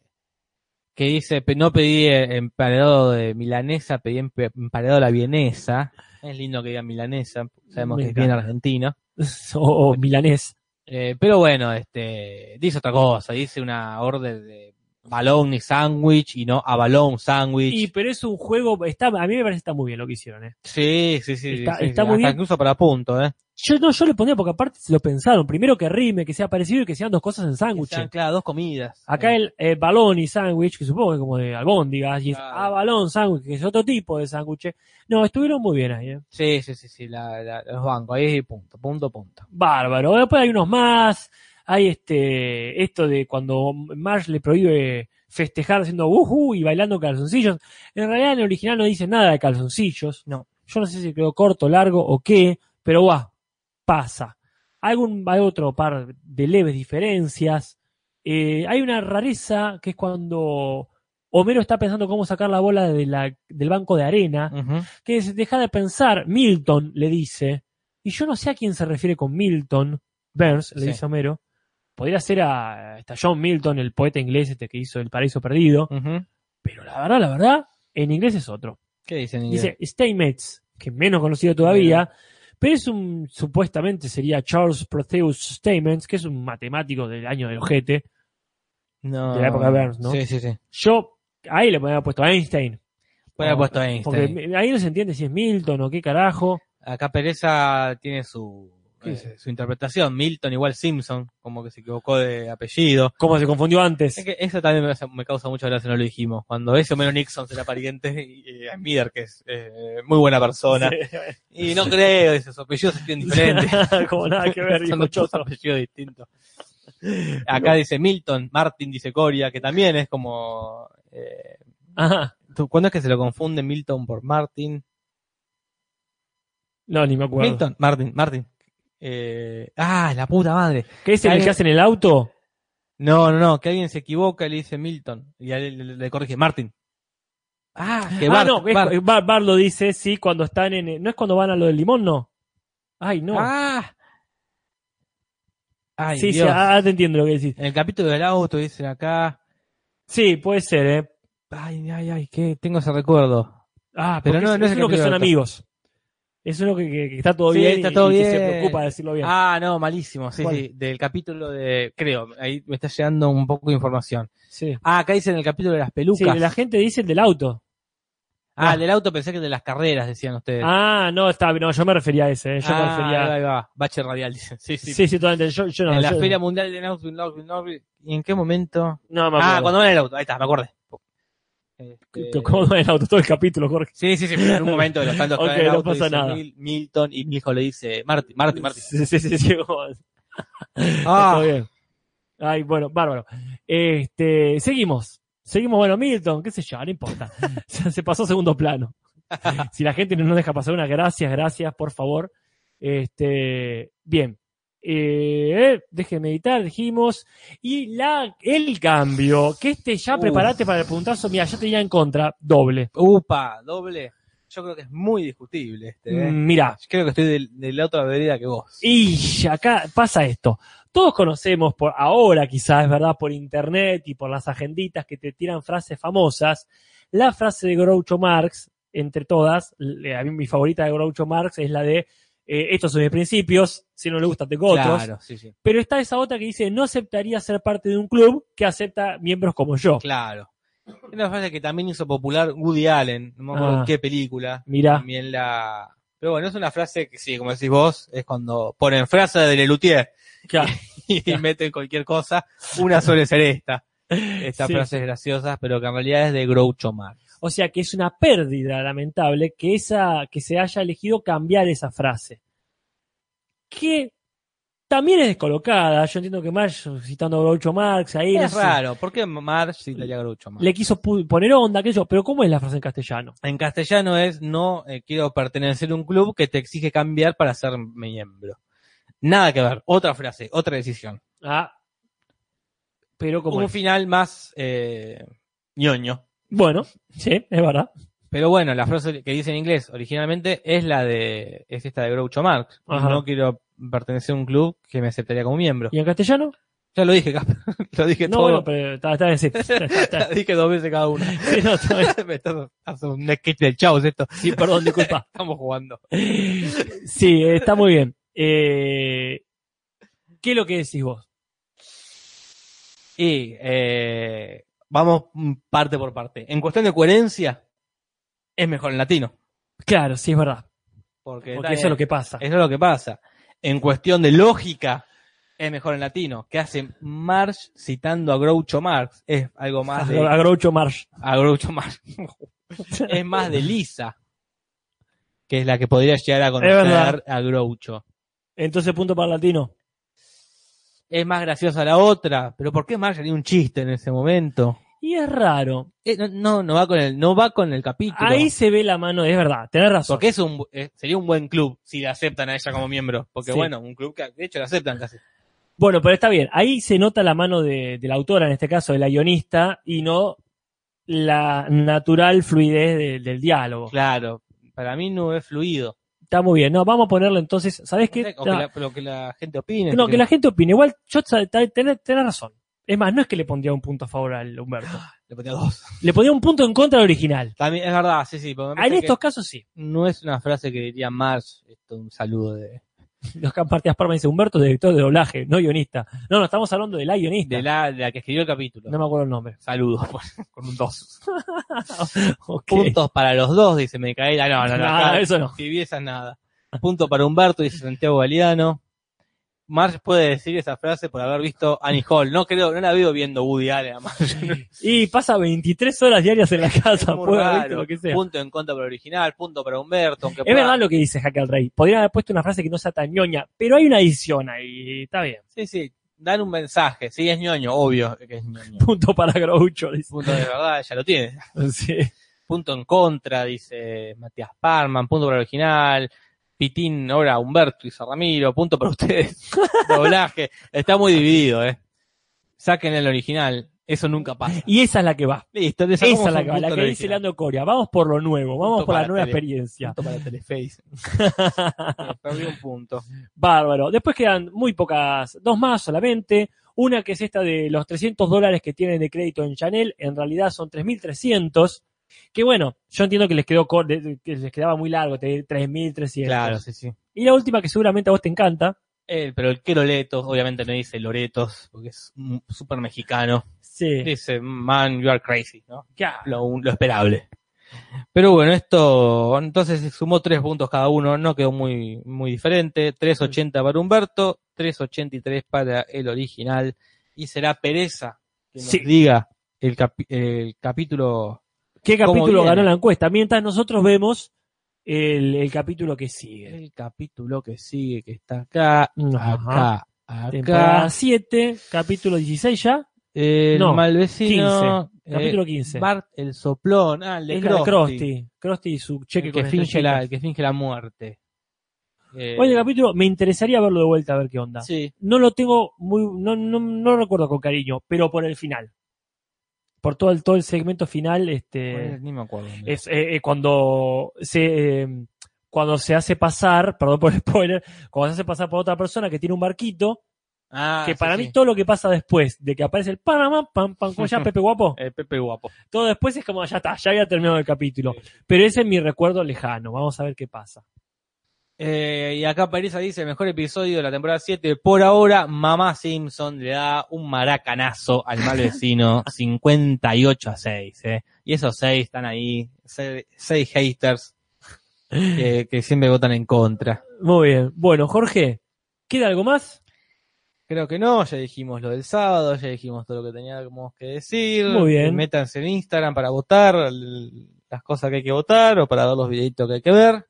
que dice, "Pe- no pedí eh, emparedado de milanesa, pedí empe- emparedado a la vienesa. Es lindo que digan milanesa, sabemos Me que es bien encanta. argentino. [laughs] o o milanés. Eh, pero bueno, este, dice otra cosa, dice una orden de balón y sándwich y no a balón sándwich. Y pero es un juego, está, a mí me parece que está muy bien lo que hicieron. ¿eh? Sí, sí, sí. Está- sí, está sí, muy hasta bien. Incluso para punto, ¿eh? Yo no, yo le pondría porque aparte se lo pensaron. Primero que rime, que sea parecido y que sean dos cosas en Que sándwich. sean, claro, dos comidas. Acá Eh, el eh, balón y sándwich, que supongo que como de albóndigas, y es Claro. ah, balón, sándwich, que es otro tipo de sándwich. No, estuvieron muy bien ahí. ¿eh? Sí, sí, sí, sí, la- la- los bancos, ahí es punto, punto, punto. Bárbaro. Después hay unos más. Hay este esto de cuando Marsh le prohíbe festejar haciendo wuhu y bailando calzoncillos. En realidad en el original no dice nada de calzoncillos. No. Yo no sé si quedó corto, largo o qué, pero va, pasa. Algún, hay otro par de leves diferencias. Eh, hay una rareza que es cuando Homero está pensando cómo sacar la bola de la- del banco de arena Ujú. que es deja de pensar, Milton le dice, y yo no sé a quién se refiere con Milton, Burns, le Sí. dice Homero, podría ser a, hasta John Milton, el poeta inglés este que hizo El Paraíso Perdido, Ujú. pero la verdad, la verdad, en inglés es otro. ¿Qué dicen? Dice Steinmetz, que es menos conocido todavía, pero es un, supuestamente sería Charles Proteus Steinmetz, que es un matemático del año del ojete. No. de la época de Burns, ¿no? Sí, sí, sí. Yo, ahí le podría haber puesto a Einstein, Bueno, No, ha puesto Einstein. Ah, porque ahí no se entiende si es Milton o qué carajo. Acá Pereza tiene su, ¿Qué eh, dice? su interpretación. Milton igual Simpson, como que se equivocó de apellido. ¿Cómo se confundió antes? Es que eso también me, hace- me causa mucha gracia, no lo dijimos. Cuando ese Homero Nixon será pariente y eh, Smither, que es eh, muy buena persona. Y no creo, dice, sus apellidos se [laughs] tienen diferentes. Como nada que ver, Son dijo dos Choto. [laughs] apellidos distintos. Acá dice Milton, Martin dice Coria, que también es como... Eh, Ajá. ¿tú- ¿Cuándo es que se lo confunde Milton por Martin? No, ni me acuerdo. Milton, Martin, Martin. Eh, ah, la puta madre. ¿Qué es el Alguien- que hace en el auto? No, no, no, que alguien se equivoca y le dice Milton. Y a él le, le- le corrige, Martin. Ah, que ah, Bart, no, es- Bart. Bart. Bart lo dice, sí, cuando están en. No es cuando van a lo del limón, no. Ay, no. Ah. Ay, sí, sí, Dios. ah, te entiendo lo que decís. En el capítulo del auto dicen acá. Sí, puede ser, ¿eh? Ay, ay, ay, que tengo ese recuerdo. Ah, Pero pero no, es, no es es el uno que capítulo son del auto. amigos. Es uno que, que- que está todo Sí, bien, está y- todo y, que se bien. preocupa de decirlo bien. Ah, no, malísimo. Sí, ¿Cuál? sí, del capítulo de. Creo, ahí me está llegando un poco de información. sí. Ah, acá dicen el capítulo de las Sí, pelucas. la gente dice el del auto. Ah, el del auto pensé que de las carreras, decían ustedes. Ah, no, está, no, yo me refería a ese, ¿eh? yo me Ah, ahí va, refería. ahí va. Bache radial, [laughs] dicen. Sí, sí. Sí, sí, totalmente. Yo, yo no. en la yo- Feria Mundial de Nashville, Nashville, Nashville. ¿Y en qué momento? No, me Ah, acuerdo. cuando van en el auto. Ahí está, me acordé. Este, ¿Cómo va el auto? Todo el capítulo, Jorge. Sí, sí, sí. pero En un momento de [laughs] los tantos que Ok, van en el no auto, pasa dice nada. Mil- Milton y mi hijo le dice Marty, Marty, Marty. Sí, sí, sí, sí, como- [laughs] Está Ah, bien. Ay, bueno, bárbaro. Este, seguimos. Seguimos, bueno, Milton, qué sé yo, no importa. [laughs] Se se pasó a segundo plano. Si la gente no nos deja pasar una, gracias, gracias, por favor. Este, bien. Eh, déjenme editar, dijimos. Y la, el cambio, que este ya Uf. preparate para el puntazo, mira, yo tenía en contra, doble. upa, doble. Yo creo que es muy discutible este. ¿eh? Mm, Mira, Creo que estoy del, de la otra vereda que vos. Y acá pasa esto. Todos conocemos por ahora, quizás, es verdad, por internet y por las agenditas que te tiran frases famosas, La frase de Groucho Marx, entre todas, le- a mí mi favorita de Groucho Marx es la de eh, estos son mis principios, si no le gustan tengo otros. Claro, sí, sí. Pero está esa otra que dice, no aceptaría ser parte de un club que acepta miembros como yo. Claro. Es una frase que también hizo popular Woody Allen, no me acuerdo Ah. en qué película. [laughs] Mira, También la. Pero bueno, es una frase que sí, como decís vos, es cuando ponen frase de Lelutier [laughs] claro, y meten cualquier cosa. Una suele ser [laughs] esta. Estas Sí. frases graciosas, pero que en realidad es de Groucho Marx. O sea que es una pérdida lamentable que, esa, que se haya elegido cambiar esa frase. Que también es descolocada. Yo entiendo que Marx, citando a Groucho Marx, ahí no Es sé, raro, ¿por qué Marx citaría a Groucho Marx? le quiso pu- poner onda, aquello. Pero ¿cómo es la frase en castellano? En castellano es no eh, quiero pertenecer a un club que te exige cambiar para ser miembro. Nada que ver, otra frase, otra decisión. Ah, pero como... Un final más eh, ñoño. Bueno, sí, es verdad. Pero bueno, la frase que dice en inglés originalmente es la de, es esta de Groucho Marx. Ajá. No quiero pertenecer a un club que me aceptaría como miembro. ¿Y en castellano? Ya lo dije, Casper, [laughs] lo dije No, todo. [laughs] bueno, pero está, está bien, sí, está- está- Lo dije dos veces cada uno. [laughs] [laughs] sí, no, está bien. me estás haciendo un sketch del chavos esto. Sí, perdón, disculpa. Estamos jugando. Sí, está muy bien. Eh, ¿Qué es lo que decís vos? Y eh, vamos mm, parte por parte. En cuestión de coherencia, es mejor en latino. Claro, sí, es verdad. Porque, Porque eso es lo que pasa. eso es lo que pasa. En cuestión de lógica, es mejor en latino. ¿Qué hace Marx citando a Groucho Marx? Es algo más de. [laughs] A Groucho Marsh. A Groucho Marx. [laughs] es más de Lisa, que es la que podría llegar a verdad. conocer a Groucho. Entonces, punto para latino. Es más graciosa la otra, pero ¿por qué Marx haría un chiste en ese momento? Y es raro. Eh, no, no, no va con el, no va con el capítulo. Ahí se ve la mano, es verdad, tenés razón. Porque es un, bu- eh, sería un buen club si la aceptan a ella como miembro. Porque Sí. bueno, un club que de hecho la aceptan casi. Bueno, pero está bien. Ahí se nota la mano de, de la autora, en este caso, de la guionista, y no la natural fluidez de- del diálogo. Claro, para mí no es fluido. Está muy bien. No, vamos a ponerlo entonces. ¿Sabés No qué? sé, o que No, la, pero que la gente opine. no, que la gente opine. Igual, yo sa- ta- tenés, tenés razón. Es más, no es que le pondría un punto a favor al [gasps] Humberto. Le ponía dos. Le pondría un punto en contra al original. También, es verdad, sí, sí. porque me Ah, En parece que estos casos sí. No es una frase que diría Marx, esto, un saludo de, Los Partidas Parma dice Humberto, director de doblaje, no guionista. No, no, estamos hablando de la guionista. de, la, de la que escribió el capítulo. No me acuerdo el [laughs] nombre. Saludos, con [laughs] un dos. Ok. Puntos para los dos, dice Micaela. No, no, no. No, acá- Ah, eso no. Si viesas nada. Punto para Humberto, dice Santiago Galeano. Marge puede decir esa frase por haber visto Annie Hall. No creo, no la veo viendo Woody Allen [laughs] a Marge. Y pasa 23 horas diarias en la casa, Es muy puede haber raro. visto lo que sea. Punto en contra para el original, punto para Humberto. Aunque Es pueda- verdad lo que dice Jaque al Rey. Podrían haber puesto una frase que no sea tan ñoña, pero hay una edición ahí. Está bien. [laughs] Sí, sí, dan un mensaje. Sí, es ñoño, obvio que es ñoño. Punto para Groucho, dice. Punto de verdad, ya lo tiene. Sí. Punto en contra, dice Matías Parman. Punto para el original. Pitín, ahora Humberto y Ramiro. Punto para [laughs] ustedes. Doblaje. Está muy dividido, eh. Saquen el original. Eso nunca pasa. Y esa es la que va. Listo, le Esa sacamos es la un que va, la punto que al dice original. Leandro Coria. Vamos por lo nuevo, vamos Punto por la para nueva tele. experiencia. Punto para Teleface. [laughs] Perdí un punto. Bárbaro. Después quedan muy pocas, dos más solamente. Una que es esta de los 300 dólares que tienen de crédito en Chanel, en realidad son 3.300. Que bueno, yo entiendo que les quedó cor- de- de- que les quedaba muy largo, te- 3.300. Claro, sí, sí. Y la última que seguramente a vos te encanta. Eh, pero el que Loretos, obviamente no dice Loretos, porque es un súper mexicano. Sí. Dice, man, you are crazy, ¿no? Claro. Lo, lo esperable. Pero bueno, esto entonces se sumó tres puntos cada uno, no quedó muy, muy diferente. Mm. 3.80 para Humberto, 3.83 para el original. Y será pereza que nos Sí. diga el, capi- el capítulo ¿Qué ¿Cómo capítulo viene? ganó la encuesta? Mientras nosotros vemos el, el capítulo que sigue. El capítulo que sigue, que está acá, Ajá. acá, acá. Temporada 7, capítulo 16 ya, El No, malvecino. eh, capítulo 15. Bart el soplón. Ah, el de es la de Krusty, Krusty. Krusty y su el cheque que con finge la, estrellitas. el que finge la muerte. Eh, Hoy el capítulo me interesaría verlo de vuelta a ver qué onda. Sí, No lo tengo muy, no, no, no lo recuerdo con cariño, pero por el final. Por todo el, todo el segmento final, bueno, este ni me acuerdo. mira. es eh, eh, cuando se eh, cuando se hace pasar, perdón por el spoiler, cuando se hace pasar por otra persona que tiene un barquito Ah, que sí, para sí. mí todo lo que pasa después de que aparece el Panamá, pam, pam, ¿cómo se [laughs] llama Pepe Guapo? Eh, Pepe Guapo. Todo después es como ya está, ya había terminado el capítulo. Pero ese es mi recuerdo lejano. Vamos a ver qué pasa. Eh, y acá Parisa dice, mejor episodio de la temporada 7. Por ahora, Mamá Simpson le da un maracanazo al [laughs] mal vecino 58 a 6. eh. Y esos 6 están ahí, 6 [laughs] haters que, que siempre votan en contra. Muy bien. Bueno, Jorge, ¿queda algo más? Creo que no, ya dijimos lo del sábado, ya dijimos todo lo que teníamos que decir. Eh, Muy bien. Métanse en Instagram para votar l- las cosas que hay que votar o para ver los videitos que hay [laughs] que ver.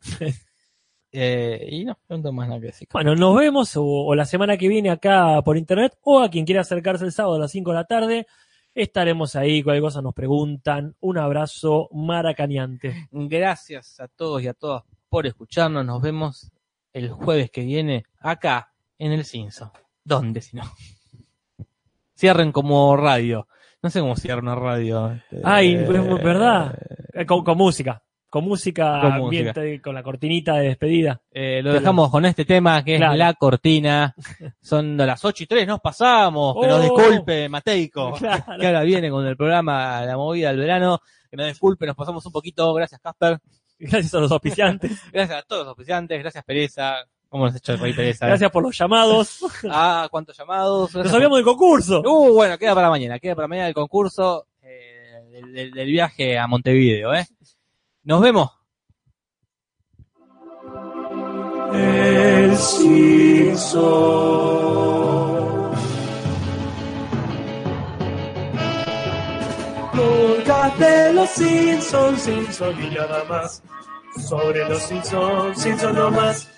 Eh, y no, no tengo más nada que decir. Bueno, nos vemos o, o la semana que viene acá por internet o a quien quiera acercarse el sábado a las 5 de la tarde. Estaremos ahí, cualquier cosa nos preguntan. Un abrazo maracaneante. Gracias a todos y a todas por escucharnos. Nos vemos el jueves que viene acá en el Cinzo. ¿Dónde si no? [laughs] Cierren como radio. No sé cómo cierran una radio. Ay, Eh, es verdad. Eh, Con, con música. Con música, Con música. ambiente, con la cortinita de [laughs] despedida. eh, lo dejamos con este tema que es Claro. la cortina. Son de las 8 y 3, nos pasamos. Que Oh. nos disculpe, Mateico. [laughs] Claro. Que ahora viene con el programa La Movida del Verano. Que nos disculpe, nos pasamos un poquito. Gracias, Casper. Gracias a los auspiciantes. Gracias a todos los oficiantes. Gracias, Pereza. ¿Cómo nos ha hecho el rey Pereza? Gracias por los llamados. [laughs] Ah, cuántos llamados. Nos habíamos del concurso. Uh, bueno, queda para mañana, queda para mañana el concurso eh, del, del- del viaje a Montevideo, ¿eh? Nos vemos. El Simpson. Nunca de los Simpsons, Simpson y nada más. Sobre los Simpsons, Simpson no más.